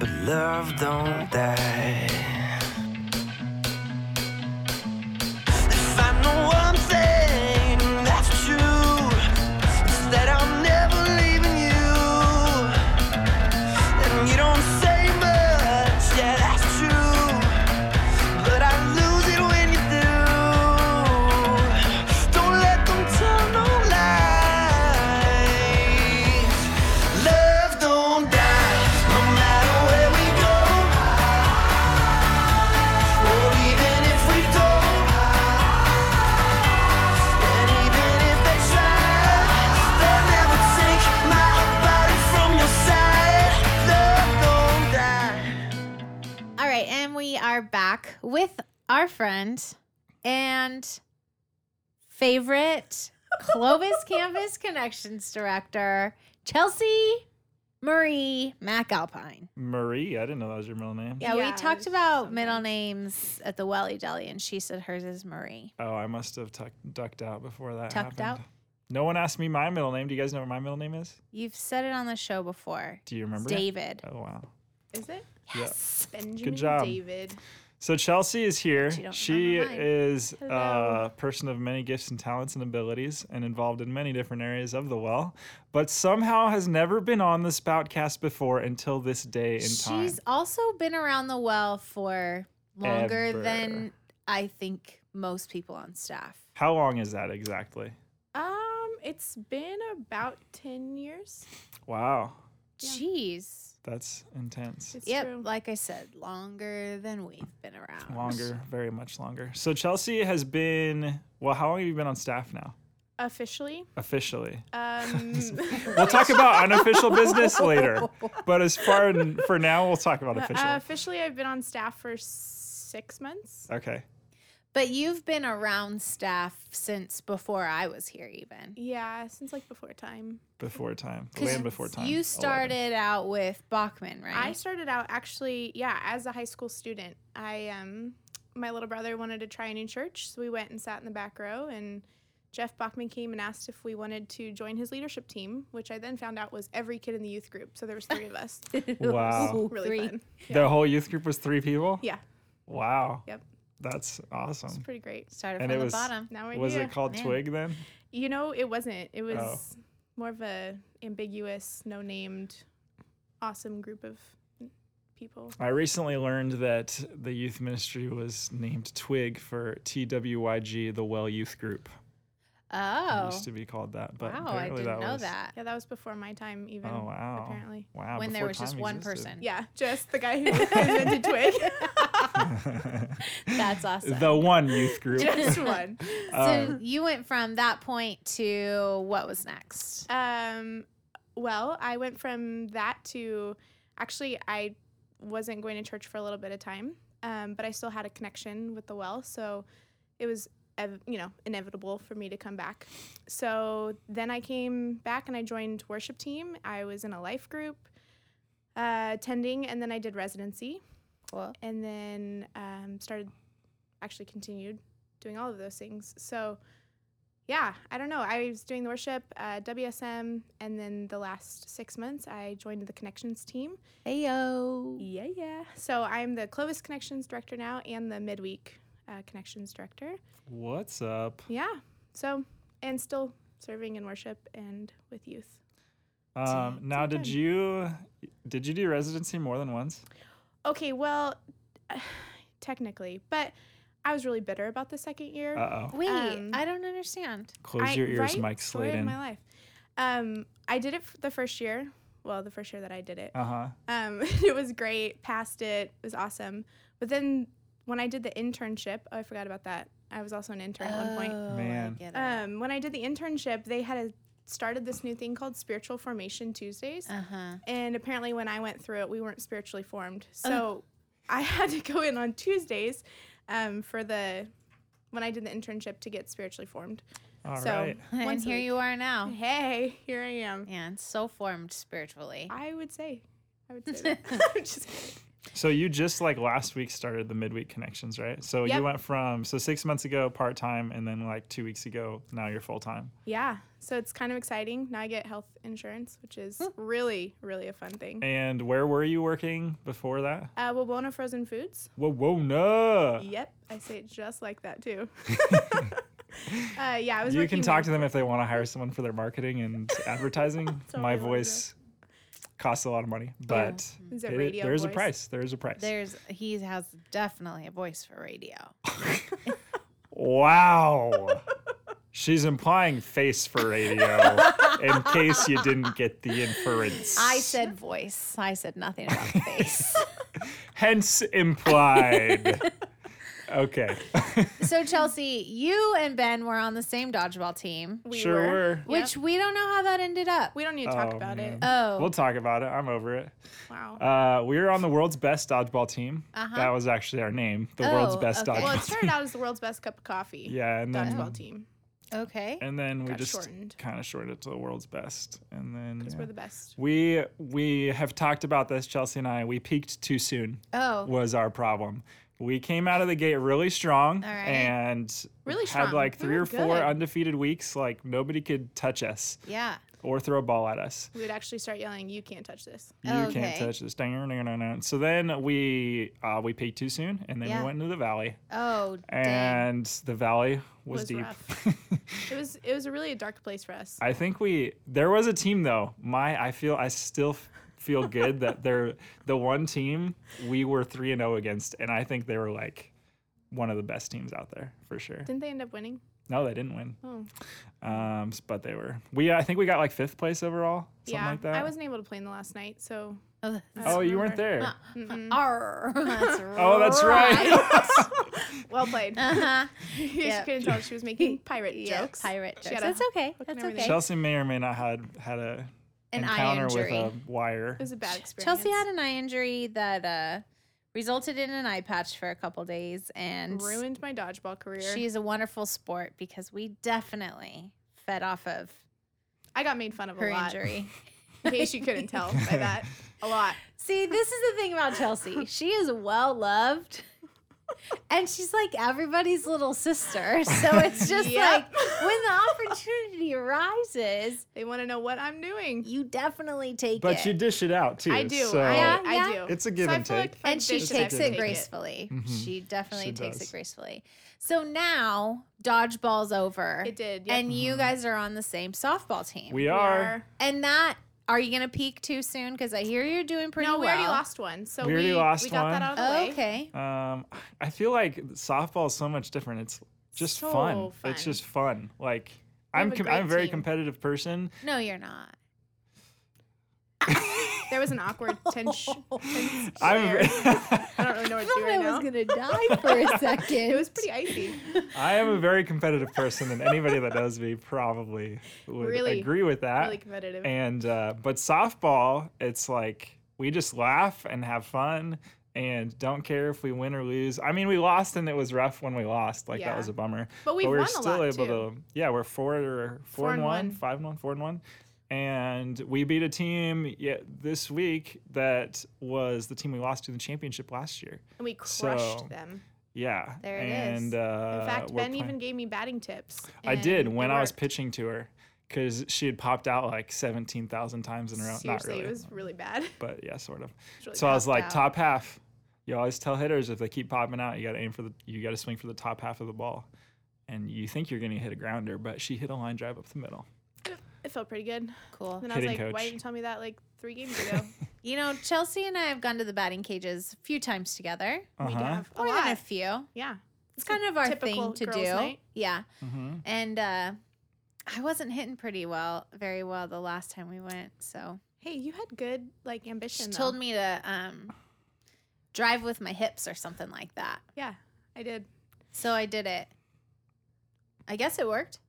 Speaker 3: but love don't die. If I know one thing that's true, it's that I'm never leaving you. And you don't say much, yeah, that's true. But I lose it when you do. Don't let them tell no lies. Love don't die, no matter where we go, or even if we don't. And even if they try, they'll never take my body from your side. Love don't die.
Speaker 1: All right, and we are back with our friend and favorite Clovis
Speaker 2: [LAUGHS]
Speaker 1: Canvas Connections director, Chelsea Marie MacAlpine.
Speaker 2: marie i didn't know that was your middle name
Speaker 1: Yeah,
Speaker 5: Yeah,
Speaker 1: we talked
Speaker 5: it's
Speaker 1: about
Speaker 5: so
Speaker 1: middle
Speaker 5: nice.
Speaker 1: names at the Welly Deli, and she said hers is Marie.
Speaker 2: Oh, I must have tuck, ducked out before that
Speaker 1: Tucked out?
Speaker 2: happened. No one asked me my middle name. Do you guys know what my middle name is?
Speaker 1: You've said it on the show before.
Speaker 2: Do you remember? it?
Speaker 1: David.
Speaker 2: Oh wow.
Speaker 5: Is it?
Speaker 1: Yes.
Speaker 5: Benjamin
Speaker 2: job.
Speaker 5: David.
Speaker 2: So Chelsea is here.
Speaker 1: you don't
Speaker 2: She
Speaker 1: remember mine.
Speaker 2: is
Speaker 1: Hello.
Speaker 2: a person of many gifts and talents and abilities and involved in many different areas of the well, but somehow has never been on the Spoutcast before until this day in time.
Speaker 1: She's also been around the well for longer
Speaker 2: Ever.
Speaker 1: than I think most people on staff.
Speaker 2: How long is that exactly?
Speaker 5: Um, it's been about ten years.
Speaker 2: Wow.
Speaker 1: Jeez.
Speaker 2: That's intense.
Speaker 5: It's
Speaker 1: Yep,
Speaker 5: true.
Speaker 1: like I said, longer than we've been around.
Speaker 2: Longer, very much longer. So Chelsea has been well, how long have you been on staff now?
Speaker 5: Officially.
Speaker 2: Officially.
Speaker 5: Um, [LAUGHS]
Speaker 2: We'll talk about unofficial business later. But as far n- for now, we'll talk about official.
Speaker 5: uh, officially, I've been on staff for six months.
Speaker 2: okay.
Speaker 1: But you've been around staff since before I was here, even.
Speaker 5: Yeah, since like before time.
Speaker 2: Before time.
Speaker 1: 'Cause
Speaker 2: Land before time.
Speaker 1: You
Speaker 2: 11.
Speaker 1: started out with Bachman, right?
Speaker 5: I started out actually, yeah, as a high school student. I um my little brother wanted to try a new church, so we went and sat in the back row and Jeff Bachman came and asked if we wanted to join his leadership team, which I then found out was every kid in the youth group. So there was three
Speaker 1: [LAUGHS]
Speaker 5: of us. [LAUGHS]
Speaker 1: It was
Speaker 2: Wow.
Speaker 5: really
Speaker 1: three.
Speaker 5: fun.
Speaker 2: The whole youth group was three people?
Speaker 5: Yeah.
Speaker 2: Wow.
Speaker 5: Yep.
Speaker 2: That's
Speaker 5: It's
Speaker 2: awesome.
Speaker 5: pretty great.
Speaker 1: Started
Speaker 2: And
Speaker 1: from
Speaker 2: it
Speaker 1: the
Speaker 2: was-
Speaker 1: bottom.
Speaker 5: Now we're
Speaker 2: Was
Speaker 5: here.
Speaker 2: it Oh. called
Speaker 1: Man.
Speaker 2: Twig then?
Speaker 5: You know, it wasn't. It was more of a ambiguous, no named, awesome group of people.
Speaker 2: I recently learned that the youth ministry was named Twig for TWYG, the Well Youth Group. It
Speaker 1: Oh,
Speaker 2: used to be called that, but
Speaker 1: wow! I
Speaker 2: apparently
Speaker 1: didn't
Speaker 2: that
Speaker 1: know
Speaker 2: was.
Speaker 1: that.
Speaker 5: Yeah, that was before my time even.
Speaker 2: Oh wow!
Speaker 5: Apparently.
Speaker 2: wow.
Speaker 1: when there
Speaker 2: before
Speaker 1: was just
Speaker 2: time
Speaker 1: one [LAUGHS]
Speaker 2: existed.
Speaker 1: person.
Speaker 5: Yeah, [LAUGHS] just the guy who invented Twig.
Speaker 2: [LAUGHS]
Speaker 1: [LAUGHS] That's awesome.
Speaker 2: the one
Speaker 1: [LAUGHS]
Speaker 2: youth group. Uh,
Speaker 5: just one.
Speaker 1: [LAUGHS]
Speaker 2: Um,
Speaker 1: so you went from that point to what was next?
Speaker 5: Um, well, I went from that to actually, I wasn't going to church for a little bit of time, um, but I still had a connection with the well, so it was ev- you know inevitable for me to come back. So then I came back and I joined worship team. I was in a life group uh, attending, and then I did residency,
Speaker 1: Cool.
Speaker 5: and then um, started actually continued doing all of those things. So yeah, I don't know. I was doing the worship, uh, WSM, and then the last six months I joined the connections team.
Speaker 1: Heyo.
Speaker 5: Yeah, yeah. So I'm the Clovis connections director now and the midweek uh, connections director.
Speaker 2: What's up?
Speaker 5: Yeah. So and still serving in worship and with youth.
Speaker 2: Um, now, did you did you do residency more than once?
Speaker 5: Okay, well, [SIGHS] technically, but I was really bitter about the second year.
Speaker 2: Uh oh.
Speaker 1: Wait,
Speaker 5: Um,
Speaker 1: I don't understand.
Speaker 2: Close your ears,
Speaker 5: right?
Speaker 2: Mike
Speaker 5: Story of
Speaker 2: Sladen.
Speaker 5: my life. Um, I did it f- the first year. Well, the first year that I did it.
Speaker 2: Uh huh.
Speaker 5: Um, [LAUGHS] it was great. Passed it. It was awesome. But then when I did the internship, oh, I forgot about that. I was also an intern at one point.
Speaker 1: Oh,
Speaker 2: Man.
Speaker 1: I get it.
Speaker 5: Um, when I did the internship, they had a, started this new thing called Spiritual Formation Tuesdays.
Speaker 1: uh-huh.
Speaker 5: And apparently, when I went through it, we weren't spiritually formed.
Speaker 1: Oh.
Speaker 5: So I [LAUGHS] had to go in on Tuesdays um, for the when I did the internship to get spiritually formed.
Speaker 2: All right.
Speaker 5: so
Speaker 1: And
Speaker 5: once a
Speaker 1: here
Speaker 5: week.
Speaker 1: you are now.
Speaker 5: [LAUGHS] Hey, here I am.
Speaker 1: Yeah, and so formed spiritually.
Speaker 5: I would say. I
Speaker 1: [LAUGHS]
Speaker 5: would say that. [LAUGHS] I'm just kidding.
Speaker 2: So you just like last week started the midweek connections, right? So you
Speaker 5: Yep.
Speaker 2: went from so six months ago part time, and then like two weeks ago now you're full time.
Speaker 5: Yeah. So it's kind of exciting. Now I get health insurance, which is
Speaker 1: Hmm.
Speaker 5: really, really a fun thing.
Speaker 2: And where were you working before that?
Speaker 5: Uh, Wabona Frozen Foods.
Speaker 2: Whoa, whoa, no!
Speaker 5: Yep. I say it just like
Speaker 2: [LAUGHS]
Speaker 5: that too. uh, yeah. I was
Speaker 2: You
Speaker 5: working
Speaker 2: can talk to
Speaker 5: there.
Speaker 2: them if they want to hire someone for their marketing
Speaker 5: [LAUGHS]
Speaker 2: and advertising.
Speaker 5: Sorry,
Speaker 2: My
Speaker 5: I love
Speaker 2: voice costs a lot of money, but
Speaker 5: Is it
Speaker 2: it-
Speaker 5: radio
Speaker 2: there is a
Speaker 5: voice?
Speaker 2: price. There is a price.
Speaker 1: There's he has definitely a voice for radio.
Speaker 2: Wow. She's implying face for radio in case you didn't get the inference.
Speaker 1: I said voice. I said nothing [LAUGHS] about face.
Speaker 2: Hence implied. okay.
Speaker 1: so Chelsea, you and Ben were on the same dodgeball team,
Speaker 5: We
Speaker 2: sure
Speaker 5: were.
Speaker 2: were.
Speaker 1: which we don't know how that ended up.
Speaker 5: We don't need to [LAUGHS] talk
Speaker 2: Oh,
Speaker 5: about
Speaker 2: man.
Speaker 5: it.
Speaker 1: oh,
Speaker 2: We'll talk about it. I'm over it.
Speaker 5: Wow.
Speaker 2: Uh, we were on the world's best dodgeball team. That was actually our name, the world's
Speaker 1: Oh,
Speaker 2: best
Speaker 1: okay.
Speaker 5: Uh-huh.
Speaker 2: [LAUGHS]
Speaker 5: well,
Speaker 2: dodgeball.
Speaker 5: it started out as the world's best cup of coffee.
Speaker 2: [LAUGHS] yeah, and then
Speaker 5: Dodgeball team.
Speaker 1: okay.
Speaker 2: and then we
Speaker 5: Got
Speaker 2: just
Speaker 5: shortened.
Speaker 2: kind of shortened it to the world's best, and then
Speaker 5: Because
Speaker 2: yeah.
Speaker 5: we're the best.
Speaker 2: we we have talked about this. Chelsea and I, we peaked too soon.
Speaker 1: Oh,
Speaker 2: was our problem. We came out of the gate really strong
Speaker 1: right.
Speaker 2: and
Speaker 5: Really
Speaker 2: had
Speaker 5: strong.
Speaker 2: like
Speaker 5: We
Speaker 2: three
Speaker 5: were
Speaker 2: or four
Speaker 5: good.
Speaker 2: undefeated weeks. Like nobody could touch us
Speaker 1: yeah.
Speaker 2: or throw a ball at us.
Speaker 5: We would actually start yelling, "You can't touch this."
Speaker 2: You can't
Speaker 1: Okay.
Speaker 2: touch this. Dang, dang, dang, dang. So then we uh, we peaked too soon, and then
Speaker 1: Yeah.
Speaker 2: we went into the valley,
Speaker 1: Oh, dang.
Speaker 2: and the valley was,
Speaker 5: Was
Speaker 2: deep.
Speaker 5: rough. It was it was a really a dark place for us.
Speaker 2: [LAUGHS] I think we there was a team though. My I feel I still f- feel good that they're the one team we were three and zero against, and I think they were like one of the best teams out there for sure.
Speaker 5: Didn't they end up winning?
Speaker 2: No, they didn't win.
Speaker 5: Oh,
Speaker 2: Um, s- but they were. We I think we got like fifth place overall, something
Speaker 5: yeah.
Speaker 2: like that.
Speaker 5: I wasn't able to play in the last
Speaker 1: [LAUGHS]
Speaker 5: night, so
Speaker 1: Oh,
Speaker 2: oh, you weren't there.
Speaker 1: that's, [LAUGHS] Arr. Oh, That's
Speaker 2: [LAUGHS] oh, that's right.
Speaker 5: [LAUGHS]
Speaker 2: [LAUGHS]
Speaker 1: [LAUGHS]
Speaker 5: well played.
Speaker 1: Uh-huh.
Speaker 5: she couldn't tell she was
Speaker 1: [LAUGHS]
Speaker 5: making pirate
Speaker 1: Yeah,
Speaker 5: jokes.
Speaker 1: Pirate
Speaker 5: She
Speaker 1: jokes.
Speaker 5: had a-
Speaker 1: That's okay.
Speaker 5: and
Speaker 1: That's
Speaker 5: everything.
Speaker 1: okay.
Speaker 2: Chelsea may or may not had had a
Speaker 1: An eye
Speaker 2: encounter with
Speaker 1: injury.
Speaker 2: a wire.
Speaker 5: It was a bad experience.
Speaker 1: Chelsea had an eye injury that uh, resulted in an eye patch for a couple days, and
Speaker 5: ruined my dodgeball career.
Speaker 1: she is a wonderful sport because we definitely fed off of
Speaker 5: I got made fun of
Speaker 1: her
Speaker 5: a lot. [LAUGHS]
Speaker 1: injury.
Speaker 5: In case you couldn't tell
Speaker 1: [LAUGHS]
Speaker 5: by that, a lot.
Speaker 1: See, this is the thing about Chelsea. She is well loved, and she's like everybody's little sister. [LAUGHS] So it's just
Speaker 5: Yep.
Speaker 1: like when the opportunity arises,
Speaker 5: They want to know what I'm doing.
Speaker 1: you definitely take
Speaker 2: but
Speaker 1: it.
Speaker 2: you dish it out too.
Speaker 5: I do.
Speaker 2: So
Speaker 5: I, uh,
Speaker 1: Yeah,
Speaker 5: I
Speaker 1: yeah.
Speaker 5: do.
Speaker 2: It's a give
Speaker 5: I
Speaker 2: and
Speaker 5: feel like
Speaker 2: take.
Speaker 5: if I
Speaker 1: and she
Speaker 5: dish
Speaker 2: I
Speaker 5: out,
Speaker 1: takes
Speaker 5: I
Speaker 2: didn't
Speaker 1: it
Speaker 5: take
Speaker 1: gracefully.
Speaker 2: Mhm.
Speaker 1: She definitely
Speaker 2: She
Speaker 1: takes it
Speaker 2: does.
Speaker 1: gracefully. So now dodgeball's over.
Speaker 5: It did. Yep.
Speaker 1: And you guys are on the same softball team.
Speaker 2: Mm-hmm. we
Speaker 5: We
Speaker 2: are.
Speaker 1: and that are you gonna peak too soon? Because I hear you're doing pretty
Speaker 5: No,
Speaker 1: well.
Speaker 5: we already lost one. So
Speaker 2: We
Speaker 5: we,
Speaker 2: already lost
Speaker 5: we got that
Speaker 2: one.
Speaker 5: out of the way.
Speaker 1: Okay.
Speaker 2: Um, I feel like softball is so much different. It's just
Speaker 5: So
Speaker 2: fun.
Speaker 5: fun.
Speaker 2: It's just fun. Like
Speaker 5: We have
Speaker 2: I'm,
Speaker 5: a
Speaker 2: com- I'm a
Speaker 5: great
Speaker 2: very
Speaker 5: team.
Speaker 2: competitive person.
Speaker 1: No, you're not.
Speaker 5: There was
Speaker 1: [LAUGHS]
Speaker 5: an awkward tension. tense
Speaker 2: I'm.
Speaker 5: there.
Speaker 2: a- [LAUGHS]
Speaker 5: [LAUGHS] I don't really know what to do right now. [LAUGHS]
Speaker 1: gonna die for a second.
Speaker 5: It was pretty icy.
Speaker 2: I am a very competitive person, and anybody that knows me probably would
Speaker 5: Really,
Speaker 2: agree with that.
Speaker 5: Really competitive.
Speaker 2: and uh, but softball, it's like we just laugh and have fun and don't care if we win or lose. I mean, we lost and it was rough when we lost. Like that
Speaker 5: Yeah.
Speaker 2: was a bummer.
Speaker 5: But we've
Speaker 2: we
Speaker 5: won
Speaker 2: were
Speaker 5: a
Speaker 2: still
Speaker 5: lot,
Speaker 2: able to.
Speaker 5: too.
Speaker 2: Yeah, we're four or four, and one, five and one, four and one. And we beat a team yeah, this week that was the team we lost to in the championship last year.
Speaker 5: and we crushed
Speaker 2: so-
Speaker 5: them.
Speaker 2: Yeah.
Speaker 1: There it is.
Speaker 2: and, Uh,
Speaker 5: In fact,
Speaker 2: we're
Speaker 5: Ben
Speaker 2: playing-
Speaker 5: even gave me batting tips.
Speaker 2: I
Speaker 5: and
Speaker 2: did
Speaker 5: it
Speaker 2: when I was
Speaker 5: worked.
Speaker 2: pitching to her because she had popped out like 17,000 times in a row. Not
Speaker 5: Seriously,
Speaker 2: really.
Speaker 5: it was really bad. [LAUGHS]
Speaker 2: but yeah, sort of.
Speaker 5: It's really
Speaker 2: so I was
Speaker 1: tough
Speaker 2: like
Speaker 1: out.
Speaker 2: top half. You always tell hitters if they keep popping out, you got to aim for the, you got to swing for the top half of the ball, and you think you're going to hit a grounder, but she hit a line drive up the middle.
Speaker 5: It felt pretty good.
Speaker 1: cool.
Speaker 5: Then I was
Speaker 2: Hitting
Speaker 5: like, why
Speaker 2: coach.
Speaker 5: didn't you tell me that like three games
Speaker 2: [LAUGHS]
Speaker 5: ago?
Speaker 1: You know, Chelsea and I have gone to the batting cages a few times together.
Speaker 5: We
Speaker 2: Uh-huh.
Speaker 5: have a
Speaker 1: More than a
Speaker 5: lot.
Speaker 1: few.
Speaker 5: Yeah.
Speaker 1: It's kind of our thing
Speaker 5: typical
Speaker 1: to
Speaker 5: girls'
Speaker 1: do.
Speaker 5: night.
Speaker 1: Yeah.
Speaker 2: Mm-hmm. [LAUGHS]
Speaker 1: And uh I wasn't hitting pretty well, very well the last time we went. So
Speaker 5: Hey, you had good like
Speaker 1: she
Speaker 5: ambition. though.
Speaker 1: told me to um drive with my hips or something like that.
Speaker 5: Yeah, I did.
Speaker 1: So I did it. I guess it worked.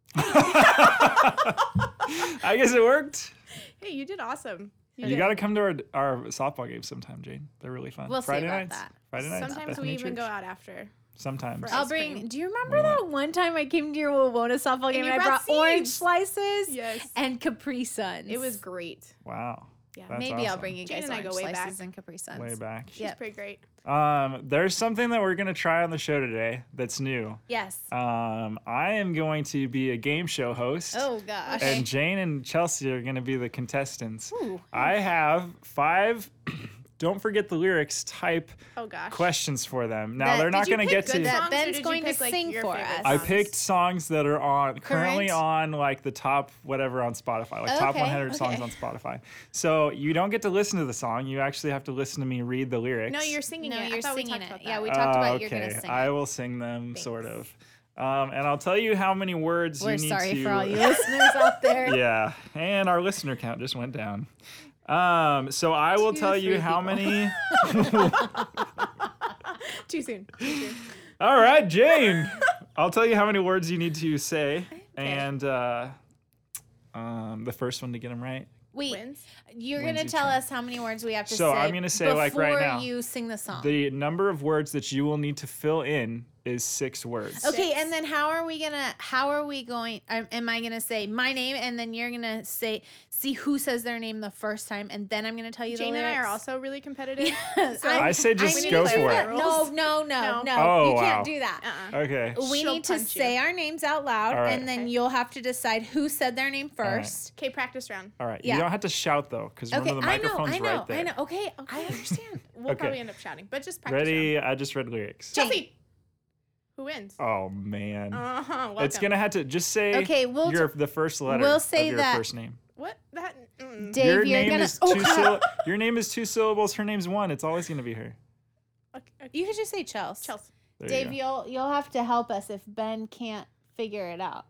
Speaker 2: I guess it worked.
Speaker 5: Hey, you did awesome.
Speaker 2: You got to come to our, our softball games sometime, Jane. They're really fun.
Speaker 1: We'll see
Speaker 2: Friday
Speaker 1: about
Speaker 2: nights.
Speaker 1: that.
Speaker 2: Friday nights.
Speaker 5: Sometimes we
Speaker 2: Bethany
Speaker 5: even
Speaker 2: Church.
Speaker 5: go out after.
Speaker 2: Sometimes.
Speaker 5: Ice
Speaker 1: I'll bring.
Speaker 5: cream.
Speaker 1: Do you remember that one time I came to your Wawona softball game
Speaker 5: you
Speaker 1: and, I brought
Speaker 5: brought
Speaker 1: orange
Speaker 5: seeds.
Speaker 1: slices
Speaker 5: Yes.
Speaker 1: and Capri Suns?
Speaker 5: It was great.
Speaker 2: Wow.
Speaker 5: Yeah.
Speaker 2: That's
Speaker 1: Maybe I'll
Speaker 2: awesome.
Speaker 1: bring you
Speaker 5: Jane
Speaker 1: guys
Speaker 5: and I
Speaker 1: orange
Speaker 5: go way
Speaker 1: slices
Speaker 5: back.
Speaker 1: and Capri Suns.
Speaker 2: way back.
Speaker 5: She's
Speaker 1: Yeah. Yep.
Speaker 5: pretty great.
Speaker 2: Um, there's something that we're gonna try on the show today that's new.
Speaker 1: Yes.
Speaker 2: Um, I am going to be a game show host.
Speaker 1: Oh gosh.
Speaker 2: And Jane and Chelsea are going to be the contestants.
Speaker 1: Ooh.
Speaker 2: I have five, [CLEARS THROAT] don't forget the lyrics type
Speaker 5: Oh gosh.
Speaker 2: questions for them. Now,
Speaker 1: That-
Speaker 2: they're
Speaker 1: did
Speaker 2: not
Speaker 1: you
Speaker 2: going to
Speaker 5: pick
Speaker 2: get
Speaker 5: good
Speaker 2: to.
Speaker 5: songs
Speaker 1: That
Speaker 5: or
Speaker 1: Ben's
Speaker 5: did you
Speaker 1: going to
Speaker 5: pick, like,
Speaker 1: sing
Speaker 5: your
Speaker 1: for
Speaker 5: favorite
Speaker 1: us.
Speaker 2: I
Speaker 5: songs?
Speaker 2: picked songs that are on currently
Speaker 1: Current?
Speaker 2: on like the top whatever on Spotify, like top
Speaker 1: Okay,
Speaker 2: 100 songs
Speaker 1: okay.
Speaker 2: on Spotify. So you don't get to listen to the song. You actually have to listen to me read the lyrics.
Speaker 5: No, you're singing
Speaker 1: No,
Speaker 5: it. I
Speaker 1: you're
Speaker 5: thought we
Speaker 1: singing
Speaker 5: talked
Speaker 1: it.
Speaker 5: about
Speaker 1: Yeah,
Speaker 5: that.
Speaker 1: we talked about
Speaker 2: Ah, okay.
Speaker 1: you're gonna sing.
Speaker 2: I will sing them, sort
Speaker 1: Thanks.
Speaker 2: of. Um, and I'll tell you how many words
Speaker 1: We're
Speaker 2: you need
Speaker 1: sorry
Speaker 2: to.
Speaker 1: for all
Speaker 2: [LAUGHS]
Speaker 1: you listeners out there.
Speaker 2: yeah, and our listener count just went down. Um, so I will
Speaker 1: Two to
Speaker 2: tell you
Speaker 1: three
Speaker 2: how
Speaker 1: people.
Speaker 2: many. [LAUGHS] Uh,
Speaker 1: [LAUGHS]
Speaker 5: Too soon. Too soon.
Speaker 2: All right, Jane. I'll tell you how many words you need to say, and uh, um, the first one to get them right.
Speaker 1: Wait,
Speaker 5: Wins.
Speaker 1: you're gonna
Speaker 2: Lindsay
Speaker 1: tell
Speaker 2: Chen.
Speaker 1: us how many words we have to
Speaker 2: So
Speaker 1: say.
Speaker 2: I'm gonna say, like, right
Speaker 1: before
Speaker 2: now,
Speaker 1: you sing the song.
Speaker 2: The number of words that you will need to fill in is six words.
Speaker 1: Okay,
Speaker 5: Six.
Speaker 1: and then how are we gonna? How are we going? am- Am I gonna say my name, and then you're gonna say see who says their name the first time, and then I'm gonna tell you.
Speaker 5: Jane
Speaker 1: the
Speaker 5: and I are
Speaker 1: lyrics? [LAUGHS]
Speaker 5: also really competitive. so
Speaker 1: I'm-
Speaker 2: I say just
Speaker 1: need
Speaker 2: go
Speaker 1: to-
Speaker 2: for it.
Speaker 1: No, no, no, no.
Speaker 5: No.
Speaker 2: Oh,
Speaker 1: you can't
Speaker 2: wow.
Speaker 1: do that.
Speaker 5: Uh-uh.
Speaker 2: Okay.
Speaker 1: We
Speaker 5: She'll
Speaker 1: need to
Speaker 5: punch you.
Speaker 1: say our names out loud,
Speaker 2: All right.
Speaker 1: and then
Speaker 5: Okay.
Speaker 1: you'll have to decide who said their name
Speaker 2: right.
Speaker 1: first.
Speaker 5: Okay, practice round.
Speaker 2: All right.
Speaker 1: Yeah.
Speaker 2: You don't have to shout though, because
Speaker 1: Okay,
Speaker 2: remember the
Speaker 1: I know,
Speaker 2: microphone's
Speaker 1: I know,
Speaker 2: right there.
Speaker 1: I know. Okay, okay. I
Speaker 2: [LAUGHS]
Speaker 1: understand.
Speaker 5: We'll
Speaker 2: Okay.
Speaker 5: probably end up shouting, but just practice.
Speaker 2: Ready? I just read lyrics.
Speaker 5: Round. Chelsea. Who wins?
Speaker 2: Oh man.
Speaker 5: Uh huh. Welcome.
Speaker 2: It's gonna have to just say
Speaker 1: Okay, we'll
Speaker 2: your, the first letter
Speaker 1: we'll say
Speaker 2: of your
Speaker 1: that-
Speaker 2: first name.
Speaker 5: What that? Mm.
Speaker 1: Dave,
Speaker 2: your
Speaker 1: you're
Speaker 2: name
Speaker 1: gonna. [LAUGHS]
Speaker 2: is
Speaker 1: oh,
Speaker 2: two
Speaker 1: crap.
Speaker 2: sylla- your name is two syllables, her name's one. It's always gonna be her.
Speaker 5: Okay, okay.
Speaker 1: you could just say Chelsea.
Speaker 5: Chelsea.
Speaker 2: There
Speaker 1: Dave,
Speaker 2: you
Speaker 1: you will you'll have to help us if Ben can't figure it out.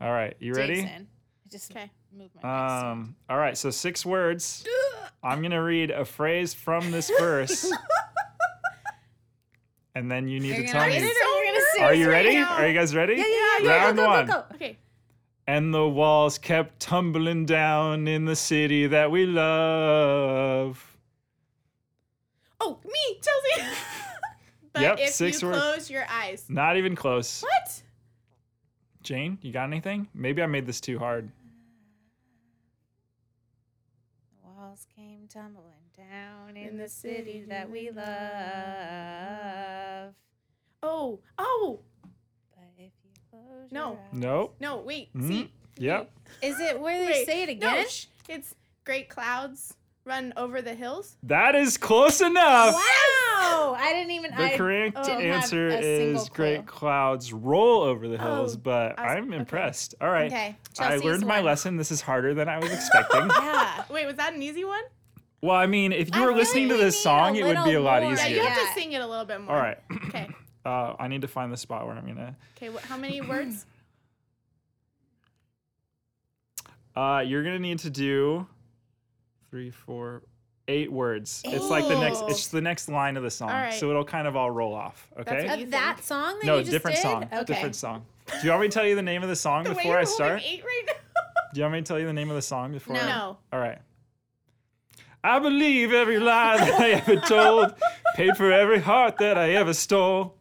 Speaker 2: go. All right, you ready?
Speaker 1: Jason, I just
Speaker 5: Okay.
Speaker 1: moved my um,
Speaker 2: Um all right, so
Speaker 1: [LAUGHS]
Speaker 2: six words. I'm gonna read a phrase from this verse. and then you need
Speaker 1: You're
Speaker 2: to
Speaker 1: gonna
Speaker 2: tell
Speaker 1: read
Speaker 2: me.
Speaker 1: it or we're gonna sing
Speaker 2: Are
Speaker 1: it
Speaker 2: you
Speaker 1: right
Speaker 2: ready?
Speaker 1: now?
Speaker 2: Are you guys ready?
Speaker 1: Yeah, yeah, yeah.
Speaker 2: Round
Speaker 1: go, go,
Speaker 2: one.
Speaker 1: Go, go,
Speaker 5: Okay.
Speaker 2: And the walls kept tumbling down in the city that we love.
Speaker 5: Oh, me, Chelsea.
Speaker 2: [LAUGHS]
Speaker 5: but
Speaker 2: Yep,
Speaker 5: if
Speaker 2: six
Speaker 5: you
Speaker 2: words.
Speaker 5: close your eyes,
Speaker 2: Not even close.
Speaker 5: what?
Speaker 2: Jane, you got anything? Maybe I made this too hard.
Speaker 1: Walls came tumbling down in the city that we love.
Speaker 5: Oh, oh,
Speaker 1: But if you close
Speaker 5: No.
Speaker 1: your eyes-
Speaker 2: Nope.
Speaker 5: no, wait.
Speaker 2: Mhm.
Speaker 5: See?
Speaker 2: Yep.
Speaker 1: Is it where they
Speaker 5: Wait,
Speaker 1: say it
Speaker 5: no,
Speaker 1: again?
Speaker 5: sh- it's great clouds run over the hills.
Speaker 2: That is close enough.
Speaker 1: wow! I didn't even.
Speaker 2: Uh, The
Speaker 1: I,
Speaker 2: correct
Speaker 1: didn't have
Speaker 2: answer
Speaker 1: a single
Speaker 2: is great
Speaker 1: clue.
Speaker 2: clouds roll over the hills,
Speaker 5: Oh,
Speaker 2: but
Speaker 5: I was-
Speaker 2: I'm
Speaker 5: okay.
Speaker 2: impressed. All right.
Speaker 1: Okay,
Speaker 2: I
Speaker 1: Chelsea's
Speaker 2: learned my
Speaker 1: won.
Speaker 2: lesson. This is harder than I
Speaker 1: [LAUGHS]
Speaker 2: was expecting.
Speaker 1: Yeah.
Speaker 5: Wait, was that an easy one?
Speaker 2: well, I mean, if you
Speaker 1: I
Speaker 2: were
Speaker 1: really
Speaker 2: listening to
Speaker 1: need
Speaker 2: this
Speaker 1: a
Speaker 2: song, it would be a
Speaker 1: little
Speaker 2: lot
Speaker 1: more.
Speaker 5: Yeah,
Speaker 2: easier.
Speaker 5: you have
Speaker 1: Yeah.
Speaker 5: to sing it a little bit more.
Speaker 2: All right. [CLEARS THROAT]
Speaker 5: Okay.
Speaker 2: Uh, I need to find the spot where I'm gonna.
Speaker 5: Okay. Wh- how many words?
Speaker 2: Uh, you're gonna need to do three, four, eight words. It's like the next.
Speaker 5: Ooh.
Speaker 2: It's the next line of the song,
Speaker 5: All right.
Speaker 2: so it'll kind of all roll off. Okay.
Speaker 5: That's
Speaker 1: Of
Speaker 5: You
Speaker 1: that
Speaker 5: think?
Speaker 1: song that
Speaker 2: no,
Speaker 1: you just
Speaker 2: different
Speaker 1: did?
Speaker 2: song.
Speaker 1: Okay.
Speaker 2: Different song. Do you want me to tell you the name of the song
Speaker 5: The way
Speaker 2: before
Speaker 5: you're
Speaker 2: I
Speaker 5: holding
Speaker 2: start?
Speaker 5: eight right now.
Speaker 2: Do you want me to tell you the name of the song before? I-
Speaker 5: No.
Speaker 2: All right. I believe every lie that I ever told, paid for every heart that I ever stole.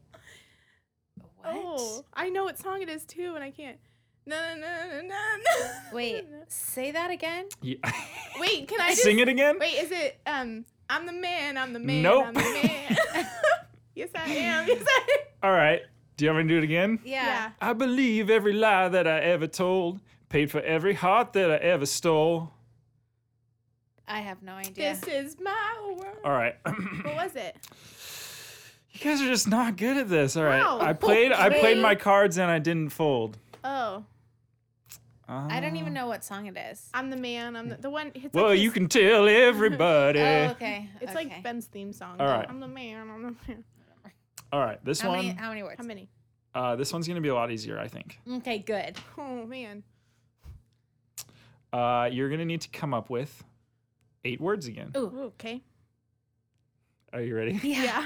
Speaker 1: What?
Speaker 5: Oh, I know what song it is too, and I can't. No, no, no, no, no. no.
Speaker 1: [LAUGHS] Wait, say that again.
Speaker 2: Yeah.
Speaker 5: [LAUGHS]
Speaker 2: [LAUGHS]
Speaker 5: Wait, can I just,
Speaker 2: Sing it again?
Speaker 5: Wait, is it um? I'm the man. I'm the man.
Speaker 2: Nope.
Speaker 5: I'm the man. [LAUGHS] yes, I am. Yes, I am.
Speaker 2: All right. Do you want me to do it again?
Speaker 1: Yeah.
Speaker 5: Yeah.
Speaker 2: I believe every lie that I ever told, paid for every heart that I ever stole.
Speaker 1: I have no idea.
Speaker 5: This is my world.
Speaker 2: All right. [CLEARS THROAT]
Speaker 5: What was it?
Speaker 2: you guys are just not good at this. All right.
Speaker 5: Wow.
Speaker 2: I played I played
Speaker 1: Okay.
Speaker 2: my cards and I didn't fold.
Speaker 5: Oh,
Speaker 1: I don't
Speaker 2: Oh.
Speaker 1: even know what song it is.
Speaker 5: I'm the man. I'm the, the one. It's
Speaker 2: Uh, Well,
Speaker 5: like
Speaker 2: you
Speaker 5: his-
Speaker 2: can
Speaker 1: [LAUGHS]
Speaker 2: tell everybody.
Speaker 1: Oh, okay.
Speaker 5: It's
Speaker 1: okay.
Speaker 5: like Ben's theme song.
Speaker 2: All
Speaker 5: though.
Speaker 2: right.
Speaker 5: I'm the man. I'm the man.
Speaker 2: All right. This
Speaker 1: how
Speaker 2: one
Speaker 1: many? How many words?
Speaker 5: How many?
Speaker 2: uh, this one's going to be a lot easier, I think.
Speaker 1: Okay, good.
Speaker 5: Oh man.
Speaker 2: Uh, you're going to need to come up with eight words again.
Speaker 1: Ooh.
Speaker 5: Okay.
Speaker 2: Are
Speaker 1: [LAUGHS]
Speaker 2: you ready?
Speaker 1: Yeah.
Speaker 5: Yeah.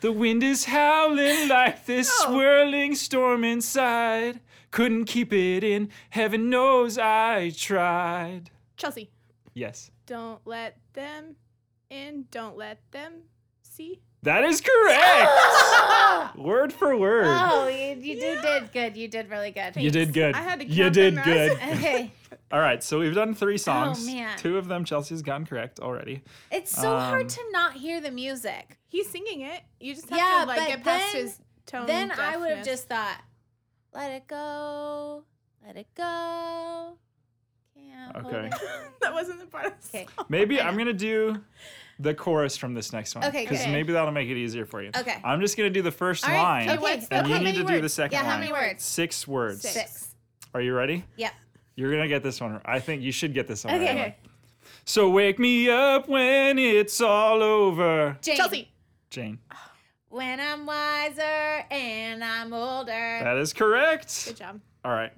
Speaker 2: The wind is howling like this swirling storm inside. Couldn't keep it in. Heaven knows I tried.
Speaker 5: Chelsea.
Speaker 2: Yes.
Speaker 5: Don't let them in. Don't let them see.
Speaker 2: That is
Speaker 1: [LAUGHS]
Speaker 2: correct. word for word.
Speaker 1: Oh, you, you do did good. You did really good.
Speaker 2: you did good.
Speaker 5: I had to
Speaker 2: you
Speaker 5: count
Speaker 2: did
Speaker 5: them [LAUGHS]
Speaker 2: good.
Speaker 5: as-
Speaker 1: Okay.
Speaker 2: All right, so we've done three songs.
Speaker 1: Oh, man.
Speaker 2: Two of them Chelsea's gotten correct already.
Speaker 1: [LAUGHS] It's so
Speaker 2: Um,
Speaker 1: hard to not hear the music.
Speaker 5: He's singing it. You just have
Speaker 1: Yeah,
Speaker 5: to like
Speaker 1: but
Speaker 5: get past
Speaker 1: then-
Speaker 5: his tone.
Speaker 1: Then I would have
Speaker 5: deafness.
Speaker 1: just thought, let it go, let it go. Can't hold
Speaker 2: Okay.
Speaker 1: it."
Speaker 5: [LAUGHS] that wasn't the part. Of the
Speaker 1: Oh, Okay.
Speaker 5: song.
Speaker 2: Maybe I'm gonna do the chorus from this next one.
Speaker 1: Okay,
Speaker 2: Because
Speaker 1: good.
Speaker 2: maybe that'll make it easier for you.
Speaker 1: Okay.
Speaker 2: I'm just gonna do the first
Speaker 1: All
Speaker 2: line.
Speaker 1: right. Okay.
Speaker 5: what's the-
Speaker 1: okay,
Speaker 2: And you
Speaker 1: how
Speaker 2: need
Speaker 1: many
Speaker 2: to do the
Speaker 1: words?
Speaker 2: second
Speaker 1: Yeah. How
Speaker 2: line.
Speaker 1: many words?
Speaker 2: Six words.
Speaker 5: Six.
Speaker 1: Six.
Speaker 2: Are you ready?
Speaker 1: Yeah.
Speaker 2: You're gonna get this one. I think you should get this one.
Speaker 1: Okay.
Speaker 2: Emma. So wake me up when it's all over,
Speaker 1: Jane,
Speaker 5: Chelsea.
Speaker 2: Jane.
Speaker 1: When I'm wiser and I'm older.
Speaker 2: That is correct.
Speaker 5: Good job.
Speaker 2: All right.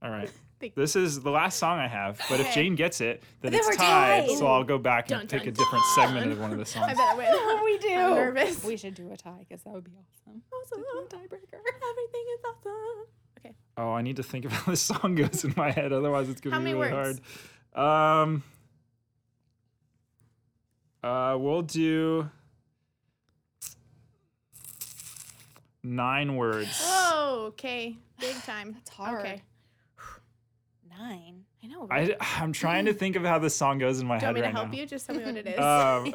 Speaker 2: All right.
Speaker 5: [LAUGHS] Thank-
Speaker 2: This is the last song I have, but if
Speaker 1: Okay.
Speaker 2: Jane gets it, then,
Speaker 1: Then
Speaker 2: it's
Speaker 1: we're
Speaker 2: tied.
Speaker 1: tied.
Speaker 2: So I'll go back and
Speaker 5: Dun,
Speaker 2: pick
Speaker 5: dun,
Speaker 2: a different segment of one of the
Speaker 5: [LAUGHS] I
Speaker 2: songs.
Speaker 5: bet I
Speaker 1: [LAUGHS]
Speaker 5: win.
Speaker 1: we do.
Speaker 5: I'm nervous. [LAUGHS]
Speaker 6: We should do a tie because that would be awesome.
Speaker 5: Awesome.
Speaker 6: Do a tiebreaker.
Speaker 5: Everything is awesome. Okay.
Speaker 2: Oh, I need to think [LAUGHS] of how this song goes in my head. Otherwise, it's gonna
Speaker 5: How
Speaker 2: be
Speaker 5: many
Speaker 2: really
Speaker 5: words?
Speaker 2: hard. Um, uh, we'll do nine words.
Speaker 5: [GASPS] Whoa. Okay. Big
Speaker 1: [SIGHS]
Speaker 5: time.
Speaker 6: It's hard.
Speaker 5: Okay.
Speaker 1: Nine.
Speaker 5: I know. Right?
Speaker 2: I, I'm trying to think of how this song goes in my
Speaker 5: Do you
Speaker 2: head
Speaker 5: want
Speaker 2: right now.
Speaker 5: me to help you? Just tell me
Speaker 1: [LAUGHS]
Speaker 5: what it is.
Speaker 2: Um,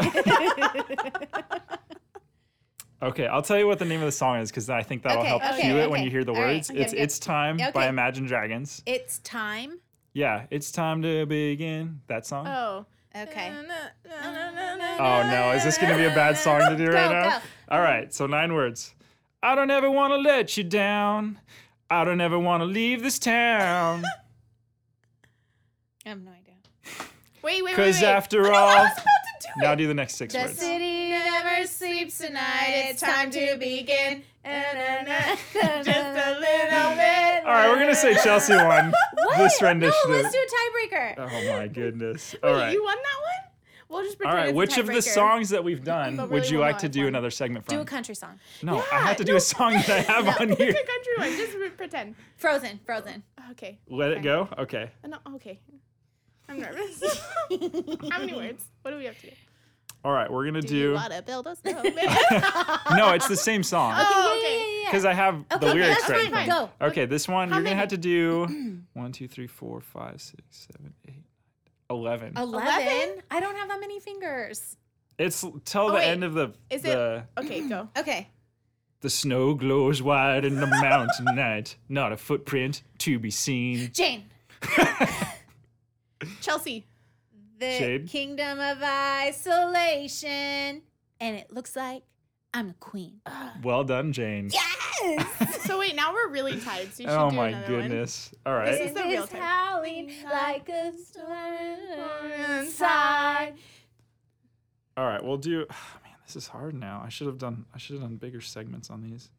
Speaker 2: okay, I'll tell you what the name of the song is because I think that'll
Speaker 1: Okay,
Speaker 2: help
Speaker 1: okay,
Speaker 2: cue it when
Speaker 1: okay.
Speaker 2: you hear the
Speaker 1: All right,
Speaker 2: words.
Speaker 1: okay,
Speaker 2: it's
Speaker 1: okay.
Speaker 2: "It's Time" by
Speaker 1: Okay.
Speaker 2: Imagine Dragons.
Speaker 1: It's time.
Speaker 2: Yeah, it's time to begin. That song.
Speaker 5: [LAUGHS] oh.
Speaker 1: [LAUGHS] Okay.
Speaker 2: Oh no, is this gonna be a bad song to do right
Speaker 1: Go,
Speaker 2: now?
Speaker 1: go.
Speaker 2: All right, so nine words. I don't ever wanna let you down. I don't ever wanna leave
Speaker 1: [LAUGHS]
Speaker 2: this town.
Speaker 1: I have no idea.
Speaker 5: Wait, wait, wait.
Speaker 2: Cause
Speaker 5: wait.
Speaker 2: after all Now do the next six
Speaker 1: The
Speaker 2: words.
Speaker 1: city never sleeps at night. It's time to begin. [LAUGHS]
Speaker 5: Just a little bit.
Speaker 2: all right, we're gonna say Chelsea won
Speaker 1: [LAUGHS]
Speaker 2: this rendition.
Speaker 1: No,
Speaker 2: of-
Speaker 1: let's do a tiebreaker.
Speaker 2: oh my goodness. All
Speaker 5: Wait,
Speaker 2: right.
Speaker 5: You won that one? We'll just
Speaker 2: All
Speaker 5: pretend.
Speaker 2: right,
Speaker 5: it's a
Speaker 2: which of the
Speaker 5: tiebreaker.
Speaker 2: songs that we've done
Speaker 5: But
Speaker 2: would
Speaker 5: really
Speaker 2: you
Speaker 5: one
Speaker 2: like to
Speaker 5: last
Speaker 2: do
Speaker 5: one.
Speaker 2: another segment from?
Speaker 1: Do a country song.
Speaker 2: no, I have to do a song
Speaker 5: [LAUGHS]
Speaker 2: that I have on here.
Speaker 5: Pick a country one. Just re- pretend.
Speaker 1: Frozen, [LAUGHS] Frozen.
Speaker 5: Okay.
Speaker 2: Let it go? Okay.
Speaker 5: Uh, No, okay. I'm
Speaker 1: [LAUGHS]
Speaker 5: nervous.
Speaker 1: Oh,
Speaker 5: [LAUGHS] How many words? What do we have to do?
Speaker 2: All right, we're gonna do,
Speaker 5: to build us? No, man.
Speaker 2: No, it's the same song.
Speaker 5: oh, okay.
Speaker 1: [LAUGHS] Yeah, yeah,
Speaker 2: because I have the
Speaker 1: Okay,
Speaker 2: lyrics
Speaker 1: that's
Speaker 2: right. in
Speaker 1: fine,
Speaker 2: front
Speaker 1: fine.
Speaker 2: of me. Okay, this one you're gonna
Speaker 5: many?
Speaker 2: have to
Speaker 5: [CLEARS THROAT]
Speaker 2: do one, two, three, four, five, six, seven, eight, nine, eleven.
Speaker 5: Oh.
Speaker 1: yeah. 11? I don't have that many fingers.
Speaker 2: It's l- till
Speaker 5: Oh,
Speaker 2: the
Speaker 5: wait.
Speaker 2: end of the
Speaker 5: Is it
Speaker 2: the,
Speaker 5: [LAUGHS] okay?
Speaker 1: [LAUGHS]
Speaker 5: Go.
Speaker 1: Okay.
Speaker 2: the snow glows wide in the mountain night. Not a footprint to be
Speaker 5: [LAUGHS]
Speaker 2: seen.
Speaker 1: Jane.
Speaker 5: Chelsea.
Speaker 1: The
Speaker 2: Jade?
Speaker 1: kingdom of isolation. And it looks like I'm the queen.
Speaker 2: Well done, Jane.
Speaker 1: Yes!
Speaker 5: So wait, now we're really tied. So you should
Speaker 2: oh
Speaker 5: do
Speaker 2: my
Speaker 5: another
Speaker 2: goodness. All right.
Speaker 5: This is the
Speaker 1: It
Speaker 5: real
Speaker 1: is
Speaker 5: time.
Speaker 1: howling like a storm
Speaker 5: one.
Speaker 1: inside.
Speaker 2: All right, we'll do. [SIGHS] man, this is hard now. I should have done. I should have done bigger segments on these.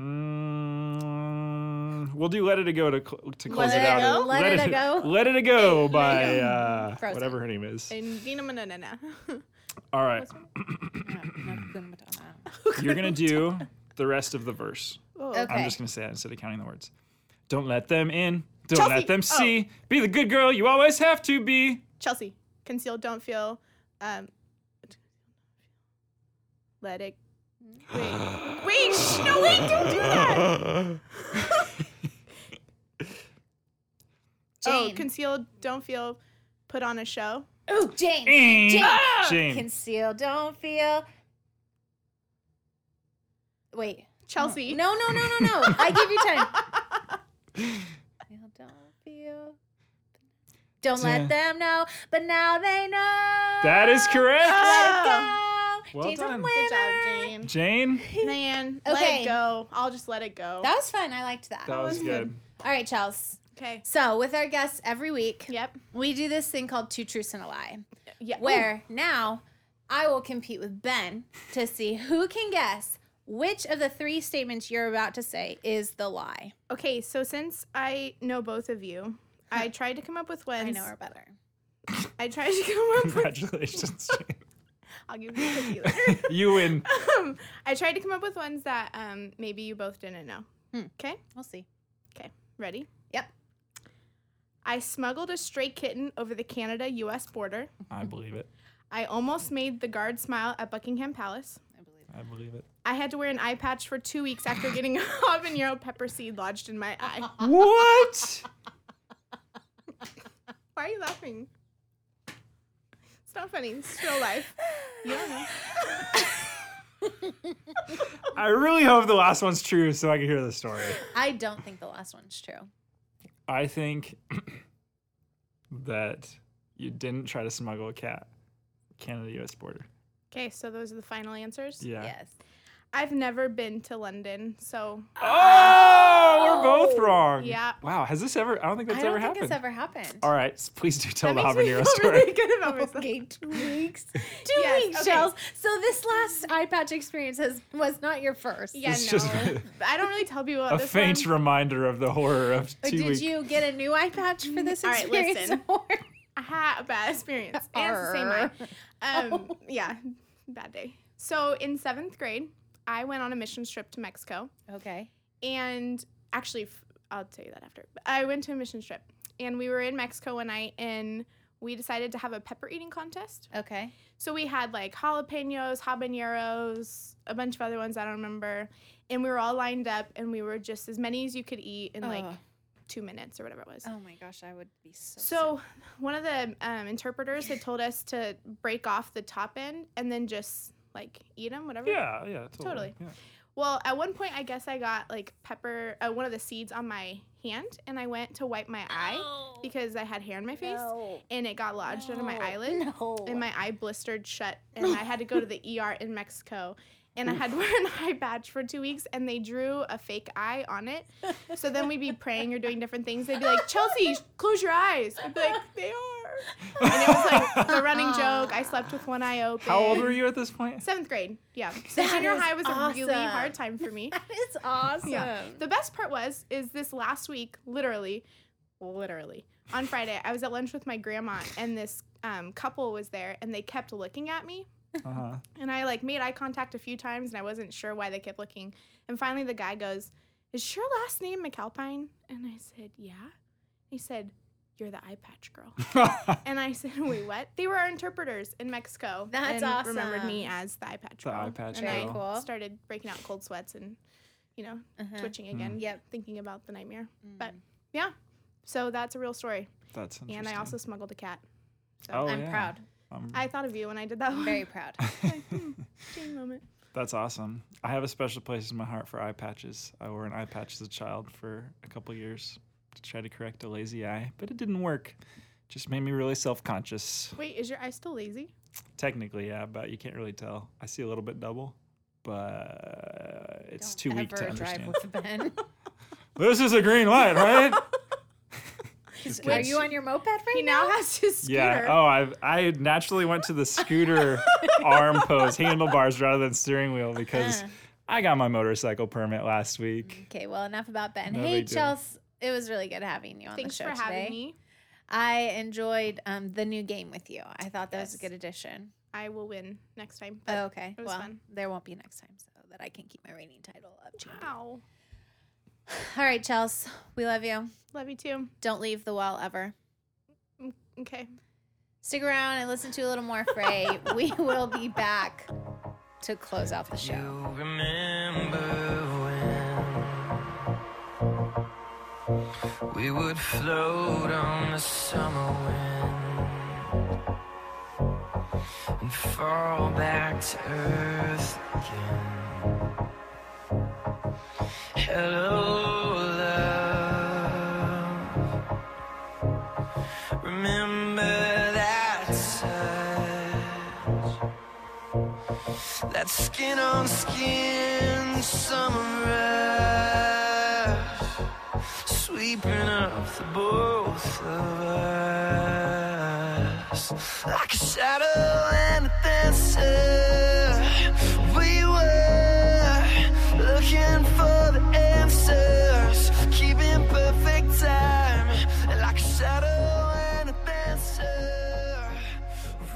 Speaker 2: Mm, we'll do "Let It A Go" to cl- to close
Speaker 1: Let
Speaker 2: it
Speaker 1: It
Speaker 2: out.
Speaker 1: A Go? Let It A Go?
Speaker 2: Let It A Go by
Speaker 5: Go.
Speaker 2: uh,
Speaker 1: Frozen.
Speaker 2: whatever her name is.
Speaker 5: And Dina [LAUGHS] Manana.
Speaker 2: All right,
Speaker 6: No, Hakuna Matata.
Speaker 2: you're gonna do the rest of the verse.
Speaker 5: oh.
Speaker 2: I'm
Speaker 1: Okay.
Speaker 2: just gonna say that instead of counting the words. Don't let them in. Don't
Speaker 5: Chelsea.
Speaker 2: let them
Speaker 5: Oh.
Speaker 2: see. Be the good girl you always have to be.
Speaker 5: Chelsea. Conceal, don't feel. Um, let it.
Speaker 2: [GASPS]
Speaker 5: Wait. Wait. Sh- no, wait. Don't do that. Oh,
Speaker 1: Jane.
Speaker 5: conceal, don't feel. Put on a show.
Speaker 1: Ooh, Jane. Jane.
Speaker 2: Jane. Jane.
Speaker 1: Conceal, don't feel. Wait.
Speaker 5: Chelsea.
Speaker 1: No, no, no, no, no. I give you
Speaker 2: [LAUGHS]
Speaker 1: time. Feel, don't feel. Don't
Speaker 2: Yeah.
Speaker 1: let them know, but now they know.
Speaker 2: That is
Speaker 1: Ah.
Speaker 2: correct.
Speaker 1: Let it go.
Speaker 2: Well
Speaker 1: Jane's a
Speaker 2: done.
Speaker 1: winner.
Speaker 5: Good job, Jane.
Speaker 2: Jane,
Speaker 5: Man, let
Speaker 1: Okay.
Speaker 5: it go. I'll just let it go.
Speaker 1: That was fun. I liked that.
Speaker 2: that was good.
Speaker 1: All right, Chels.
Speaker 5: okay.
Speaker 1: So, with our guests every week,
Speaker 5: Yep.
Speaker 1: we do this thing called Two Truths and a Lie,
Speaker 5: Yeah.
Speaker 1: where now I will compete with Ben to see who can guess which of the three statements you're about to say is the lie.
Speaker 5: Okay, so since I know both of
Speaker 1: [LAUGHS]
Speaker 5: you, I tried to come up with one.
Speaker 1: I know her better.
Speaker 5: [LAUGHS] I tried to come
Speaker 2: [LAUGHS]
Speaker 5: up with.
Speaker 2: Congratulations, Jane.
Speaker 5: I'll give you a cookie later.
Speaker 2: You win.
Speaker 5: um, I tried to come up with ones that um, maybe you both didn't know.
Speaker 1: Hmm.
Speaker 5: Okay.
Speaker 1: We'll see.
Speaker 5: Okay. Ready?
Speaker 1: Yep.
Speaker 5: I smuggled a stray kitten over the Canada-U.S. border.
Speaker 2: I believe it.
Speaker 5: I almost made the guard smile at Buckingham Palace.
Speaker 2: I believe
Speaker 5: [LAUGHS]
Speaker 2: it.
Speaker 5: I had to wear an eye patch for two weeks after getting a [LAUGHS] habanero pepper seed lodged in my
Speaker 1: [LAUGHS]
Speaker 5: eye.
Speaker 2: What?
Speaker 5: Why are you laughing? It's not funny. It's real life. You don't know.
Speaker 2: I really hope the last one's true so I can hear the story.
Speaker 1: I don't think the last one's true.
Speaker 2: I think [CLEARS THROAT] that you didn't try to smuggle a cat. Canada US border.
Speaker 5: Okay, so those are the final answers.
Speaker 2: Yeah.
Speaker 1: Yes.
Speaker 5: I've never been to London, so
Speaker 2: Oh, we're both wrong.
Speaker 5: Yeah.
Speaker 2: Wow, has this ever I don't think that's
Speaker 1: I don't
Speaker 2: ever
Speaker 1: think
Speaker 2: happened.
Speaker 1: it's ever happened.
Speaker 2: All right, s- please do tell the
Speaker 5: makes me
Speaker 2: habanero
Speaker 5: feel [LAUGHS]
Speaker 2: story. [LAUGHS]
Speaker 5: really good about myself.
Speaker 1: Okay, [LAUGHS] two weeks. Two
Speaker 5: Yes,
Speaker 1: weeks,
Speaker 5: okay.
Speaker 1: Chels. So this last eye patch experience has, was not your first.
Speaker 5: Yeah,
Speaker 2: It's
Speaker 5: no.
Speaker 2: just [LAUGHS]
Speaker 5: I don't really tell people about
Speaker 2: a
Speaker 5: this Oh,
Speaker 2: faint
Speaker 5: one.
Speaker 2: reminder of the horror of
Speaker 1: Or
Speaker 2: two
Speaker 1: Uh, did
Speaker 2: weeks.
Speaker 1: you get a new eye patch for this
Speaker 5: All right,
Speaker 1: experience?
Speaker 5: listen.
Speaker 1: [LAUGHS] or-
Speaker 5: I had a bad experience. And it's the same
Speaker 1: Arr. Oh.
Speaker 5: eye. Um, Yeah, bad day. So in seventh grade, I went on a mission trip to Mexico,
Speaker 1: okay.
Speaker 5: and actually, f- I'll tell you that after. I went to a mission trip, and we were in Mexico one night, and we decided to have a pepper eating contest.
Speaker 1: Okay.
Speaker 5: So we had like jalapenos, habaneros, a bunch of other ones I don't remember. And we were all lined up and we were just as many as you could eat in like
Speaker 1: Ugh.
Speaker 5: two minutes or whatever it was.
Speaker 1: Oh my gosh, I would be so.
Speaker 5: So one of the um, interpreters had told us to break off the top end and then just like eat them, whatever.
Speaker 2: Yeah, yeah, totally.
Speaker 5: Totally.
Speaker 2: Yeah.
Speaker 5: Well, at one point, I guess I got like pepper, uh, one of the seeds on my hand, and I went to wipe my eye because I had hair in my face and it got lodged under my eyelid
Speaker 1: Oh.
Speaker 5: and my eye blistered shut and i had to go to the er in mexico and i had to wear an eye patch for two weeks and they drew a fake eye on it so then we'd be praying or doing different things they'd be like chelsea close your eyes i'd be like they are and it was like [LAUGHS] the running joke i slept with one eye open
Speaker 2: [LAUGHS] How old
Speaker 5: [LAUGHS]
Speaker 2: were you at this point?
Speaker 5: seventh grade yeah so
Speaker 1: That
Speaker 5: junior
Speaker 1: is
Speaker 5: high was a really
Speaker 1: awesome.
Speaker 5: hard time for me
Speaker 1: [LAUGHS] That is awesome.
Speaker 5: yeah. The best part was is this last week, literally, literally on Friday, I was at lunch with my grandma, and this um, couple was there, and they kept looking at me,
Speaker 2: Uh-huh. [LAUGHS]
Speaker 5: and I like made eye contact a few times, and I wasn't sure why they kept looking, and finally the guy goes, "Is your last name McAlpine?" And I said, "Yeah." He said, "You're the eye patch
Speaker 1: [LAUGHS]
Speaker 5: girl," and I said, "Wait, what?" They were our interpreters in Mexico.
Speaker 1: That's
Speaker 5: and Remembered
Speaker 1: awesome.
Speaker 5: me as the eye patch
Speaker 2: The
Speaker 5: girl.
Speaker 2: Eye Patch
Speaker 5: and
Speaker 1: Girl. Very
Speaker 5: I
Speaker 1: cool.
Speaker 5: started breaking out cold sweats and, you know,
Speaker 1: Uh-huh.
Speaker 5: twitching
Speaker 2: Hmm.
Speaker 5: again.
Speaker 1: Yep.
Speaker 5: Thinking about the nightmare.
Speaker 1: Mm.
Speaker 5: But yeah. So that's a real story.
Speaker 2: That's interesting.
Speaker 5: And I also smuggled a cat.
Speaker 2: oh,
Speaker 1: I'm
Speaker 2: yeah.
Speaker 1: proud.
Speaker 2: Um,
Speaker 5: I thought of you when I did that
Speaker 1: [LAUGHS]
Speaker 5: one. [LAUGHS]
Speaker 1: Very proud.
Speaker 5: Like, hmm, Jane moment.
Speaker 2: That's awesome. I have a special place in my heart for eye patches. I wore an eye patch as a child for a couple years to try to correct a lazy eye, but it didn't work. Just made me really self conscious.
Speaker 5: Wait, is your eye still lazy?
Speaker 2: Technically, yeah, but you can't really tell. I see a little bit double, but [LAUGHS] it's too weak to
Speaker 1: Ever drive
Speaker 2: understand.
Speaker 1: with Ben?
Speaker 2: [LAUGHS]
Speaker 1: [LAUGHS]
Speaker 2: This is a green light, right? Just
Speaker 1: Are
Speaker 2: kidding.
Speaker 1: you on your moped right
Speaker 5: He now
Speaker 1: [LAUGHS]
Speaker 5: has his scooter.
Speaker 2: Yeah. Oh, I I naturally went to
Speaker 1: [LAUGHS]
Speaker 2: the scooter arm pose, handlebars rather than steering wheel
Speaker 1: Uh.
Speaker 2: because I got my motorcycle permit last week.
Speaker 1: Okay, well, enough about Ben.
Speaker 2: No
Speaker 1: hey,
Speaker 2: big deal.
Speaker 1: Chels, it was really good having you on
Speaker 5: Thanks
Speaker 1: the
Speaker 5: for
Speaker 1: show
Speaker 5: having
Speaker 1: today.
Speaker 5: me.
Speaker 1: I enjoyed um, the new game with you. I thought that was a
Speaker 5: Yes.
Speaker 1: good addition.
Speaker 5: I will win next time.
Speaker 1: Oh,
Speaker 5: but-
Speaker 1: okay.
Speaker 5: it was
Speaker 1: well,
Speaker 5: fun.
Speaker 1: there won't be next time, so that I can keep my reigning title up. Jamie.
Speaker 5: Ow.
Speaker 1: All right, Chels, we love you.
Speaker 5: Love you too.
Speaker 1: Don't leave the well ever.
Speaker 5: Okay.
Speaker 1: Stick around and listen to a little more Frey. we will be back to close out the show.
Speaker 3: You remember when we would float on the summer wind and fall back to earth again. Hello, love. Remember that touch. That skin on skin summer rush sweeping up the both of us like a shadow and a dancer. We were looking for the answers, keeping perfect time like a shadow and a dancer.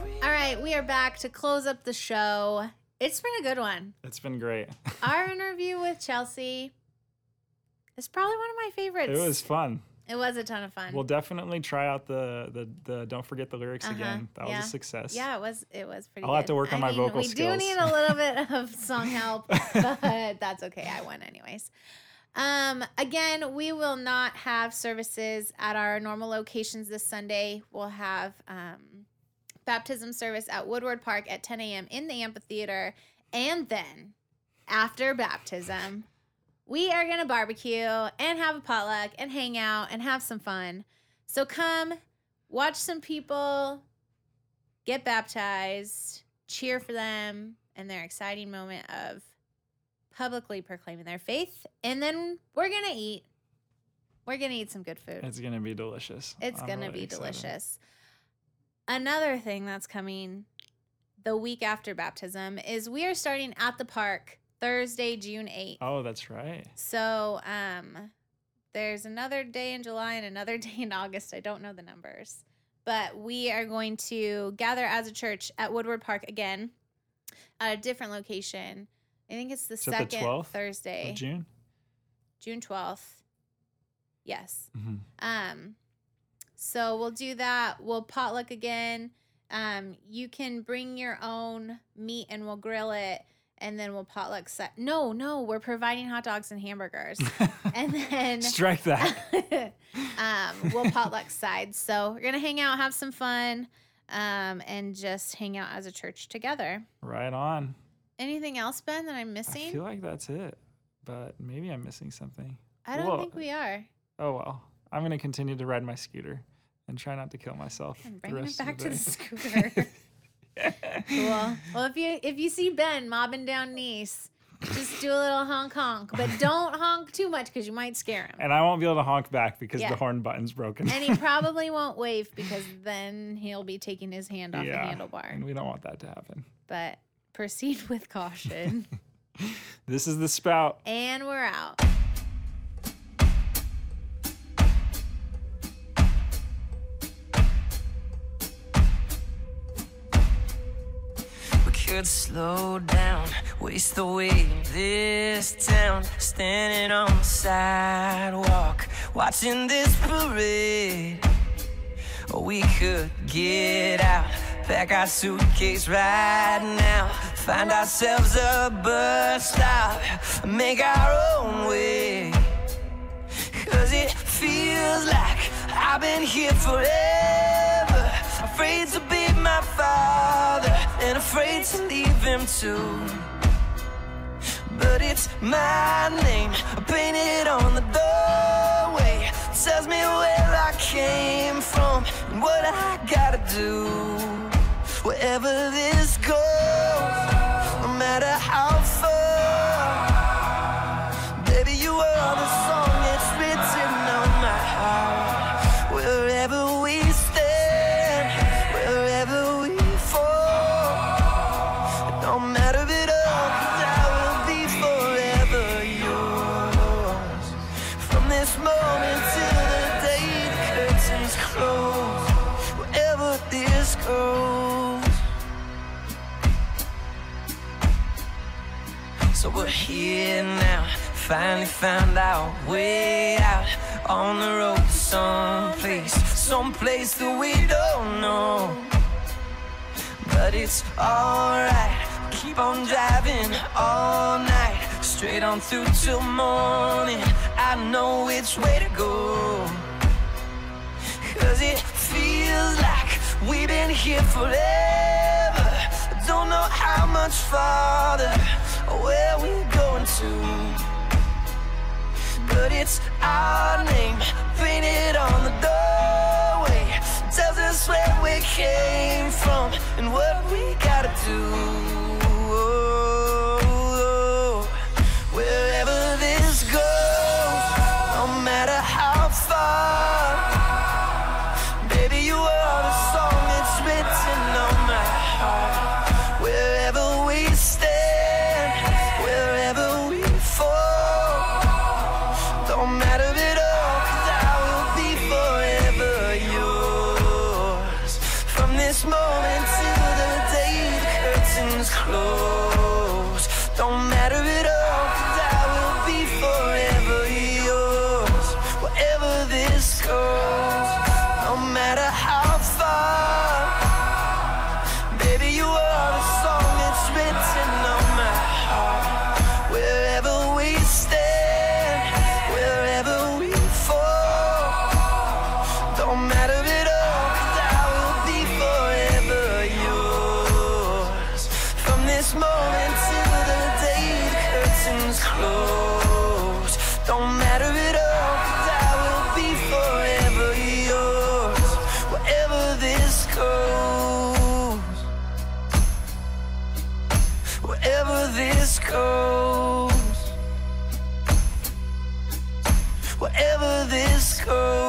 Speaker 3: We
Speaker 1: All right, we are back to close up the show. It's been a good one.
Speaker 2: It's been great.
Speaker 1: Our interview with Chelsea is probably one of my favorites.
Speaker 2: It was fun.
Speaker 1: It was a ton of fun.
Speaker 2: We'll definitely try out the the, the don't forget the lyrics
Speaker 1: uh, Uh-huh,
Speaker 2: again. That
Speaker 1: yeah.
Speaker 2: was a success.
Speaker 1: yeah, it was. It was pretty.
Speaker 2: I'll have
Speaker 1: good.
Speaker 2: to work on
Speaker 1: I
Speaker 2: my
Speaker 1: mean,
Speaker 2: vocal
Speaker 1: we
Speaker 2: skills.
Speaker 1: do need a
Speaker 2: [LAUGHS]
Speaker 1: little bit of song help, but that's okay. I won anyways. Um, again, we will not have services at our normal locations this Sunday. We'll have um, baptism service at Woodward Park at 10 a.m. in the amphitheater, and then after baptism, we are gonna barbecue and have a potluck and hang out and have some fun. So come, watch some people get baptized, cheer for them and their exciting moment of publicly proclaiming their faith. And then we're going to eat. We're going to eat some good food. It's,
Speaker 2: It's gonna be delicious. I'm
Speaker 1: going to
Speaker 2: really
Speaker 1: be
Speaker 2: excited.
Speaker 1: delicious. Another thing that's coming the week after baptism is we are starting at the park Thursday, June 8th.
Speaker 2: Oh, that's right.
Speaker 1: So, um, there's another day in July and another [LAUGHS] day in August. I don't know the numbers, but we are going to gather as a church at Woodward Park again at a different location. I think it's the
Speaker 2: Is it the
Speaker 1: second
Speaker 2: 12th of
Speaker 1: Thursday,
Speaker 2: Of June.
Speaker 1: June 12th. Yes.
Speaker 2: hmm
Speaker 1: Um, so we'll do that. We'll potluck again. Um, you can bring your own meat and we'll grill it, and then we'll potluck set. No, no, we're providing hot dogs and hamburgers,
Speaker 2: [LAUGHS]
Speaker 1: and then [LAUGHS]
Speaker 2: Mm-hmm. Strike that. [LAUGHS]
Speaker 1: um, we'll potluck sides. So we're gonna hang out, have some fun, um, and just hang out as a church together.
Speaker 2: right on.
Speaker 1: Anything else, Ben, that I'm
Speaker 2: I feel
Speaker 1: missing?
Speaker 2: like that's it, but maybe I'm missing something.
Speaker 1: I don't
Speaker 2: Well,
Speaker 1: think we are.
Speaker 2: Oh well, I'm gonna continue to ride my scooter and try not to kill myself.
Speaker 1: I'm
Speaker 2: the
Speaker 1: bringing it
Speaker 2: rest of
Speaker 1: back to the
Speaker 2: day.
Speaker 1: scooter. cool. Well, if you if you see Ben mobbing down Nice, just do a little honk honk, but don't honk too much because you might scare him.
Speaker 2: [LAUGHS] [LAUGHS] And I won't be able to honk back because
Speaker 1: Yeah.
Speaker 2: the horn button's broken.
Speaker 1: And he probably won't wave because then he'll be taking his hand off
Speaker 2: [LAUGHS] yeah,
Speaker 1: the
Speaker 2: and
Speaker 1: handlebar.
Speaker 2: we don't want that to happen.
Speaker 1: But proceed with caution.
Speaker 2: This is the spout.
Speaker 1: and we're out.
Speaker 3: We could slow down, waste the way this town. Standing on the sidewalk, watching this parade. Or we could get out, pack our suitcase right now. Find ourselves a bus stop, make our own way. Cause it feels like I've been here forever. Afraid to be my father. afraid to leave him too. But it's my name painted on the doorway. Tells me where I came from and what I gotta do. Wherever this goes, no matter how far. Baby, you are the song that's written on my heart. Wherever we stand, wherever we fall, it don't matter at all, 'cause I will be forever yours. From this moment till the day the curtains close, wherever this goes. So we're here now, finally found our way out on the road, someplace, someplace that we don't know. But it's alright, keep on driving all night, straight on through till morning. I know which way to go. Cause it feels like we've been here forever. Don't know how much farther or where we're going to. But it's our name painted on the doorway. Tells us where we came from and what we gotta do. Wherever this goes, no matter how far. Baby, you are the song that's written on my heart. Wherever we stand, wherever we fall, don't matter at all, 'cause I will be forever yours. From this moment till the day the curtains close, don't matter at all, 'cause I will be forever yours. Wherever this goes, no matter how far, baby, you are the song that's written on my heart. Wherever we stand, wherever we fall, don't matter at all, 'cause I will be forever yours. From this moment till the day the curtains close, don't matter at all, 'cause I will be forever yours. Wherever this goes, wherever this goes, wherever this goes.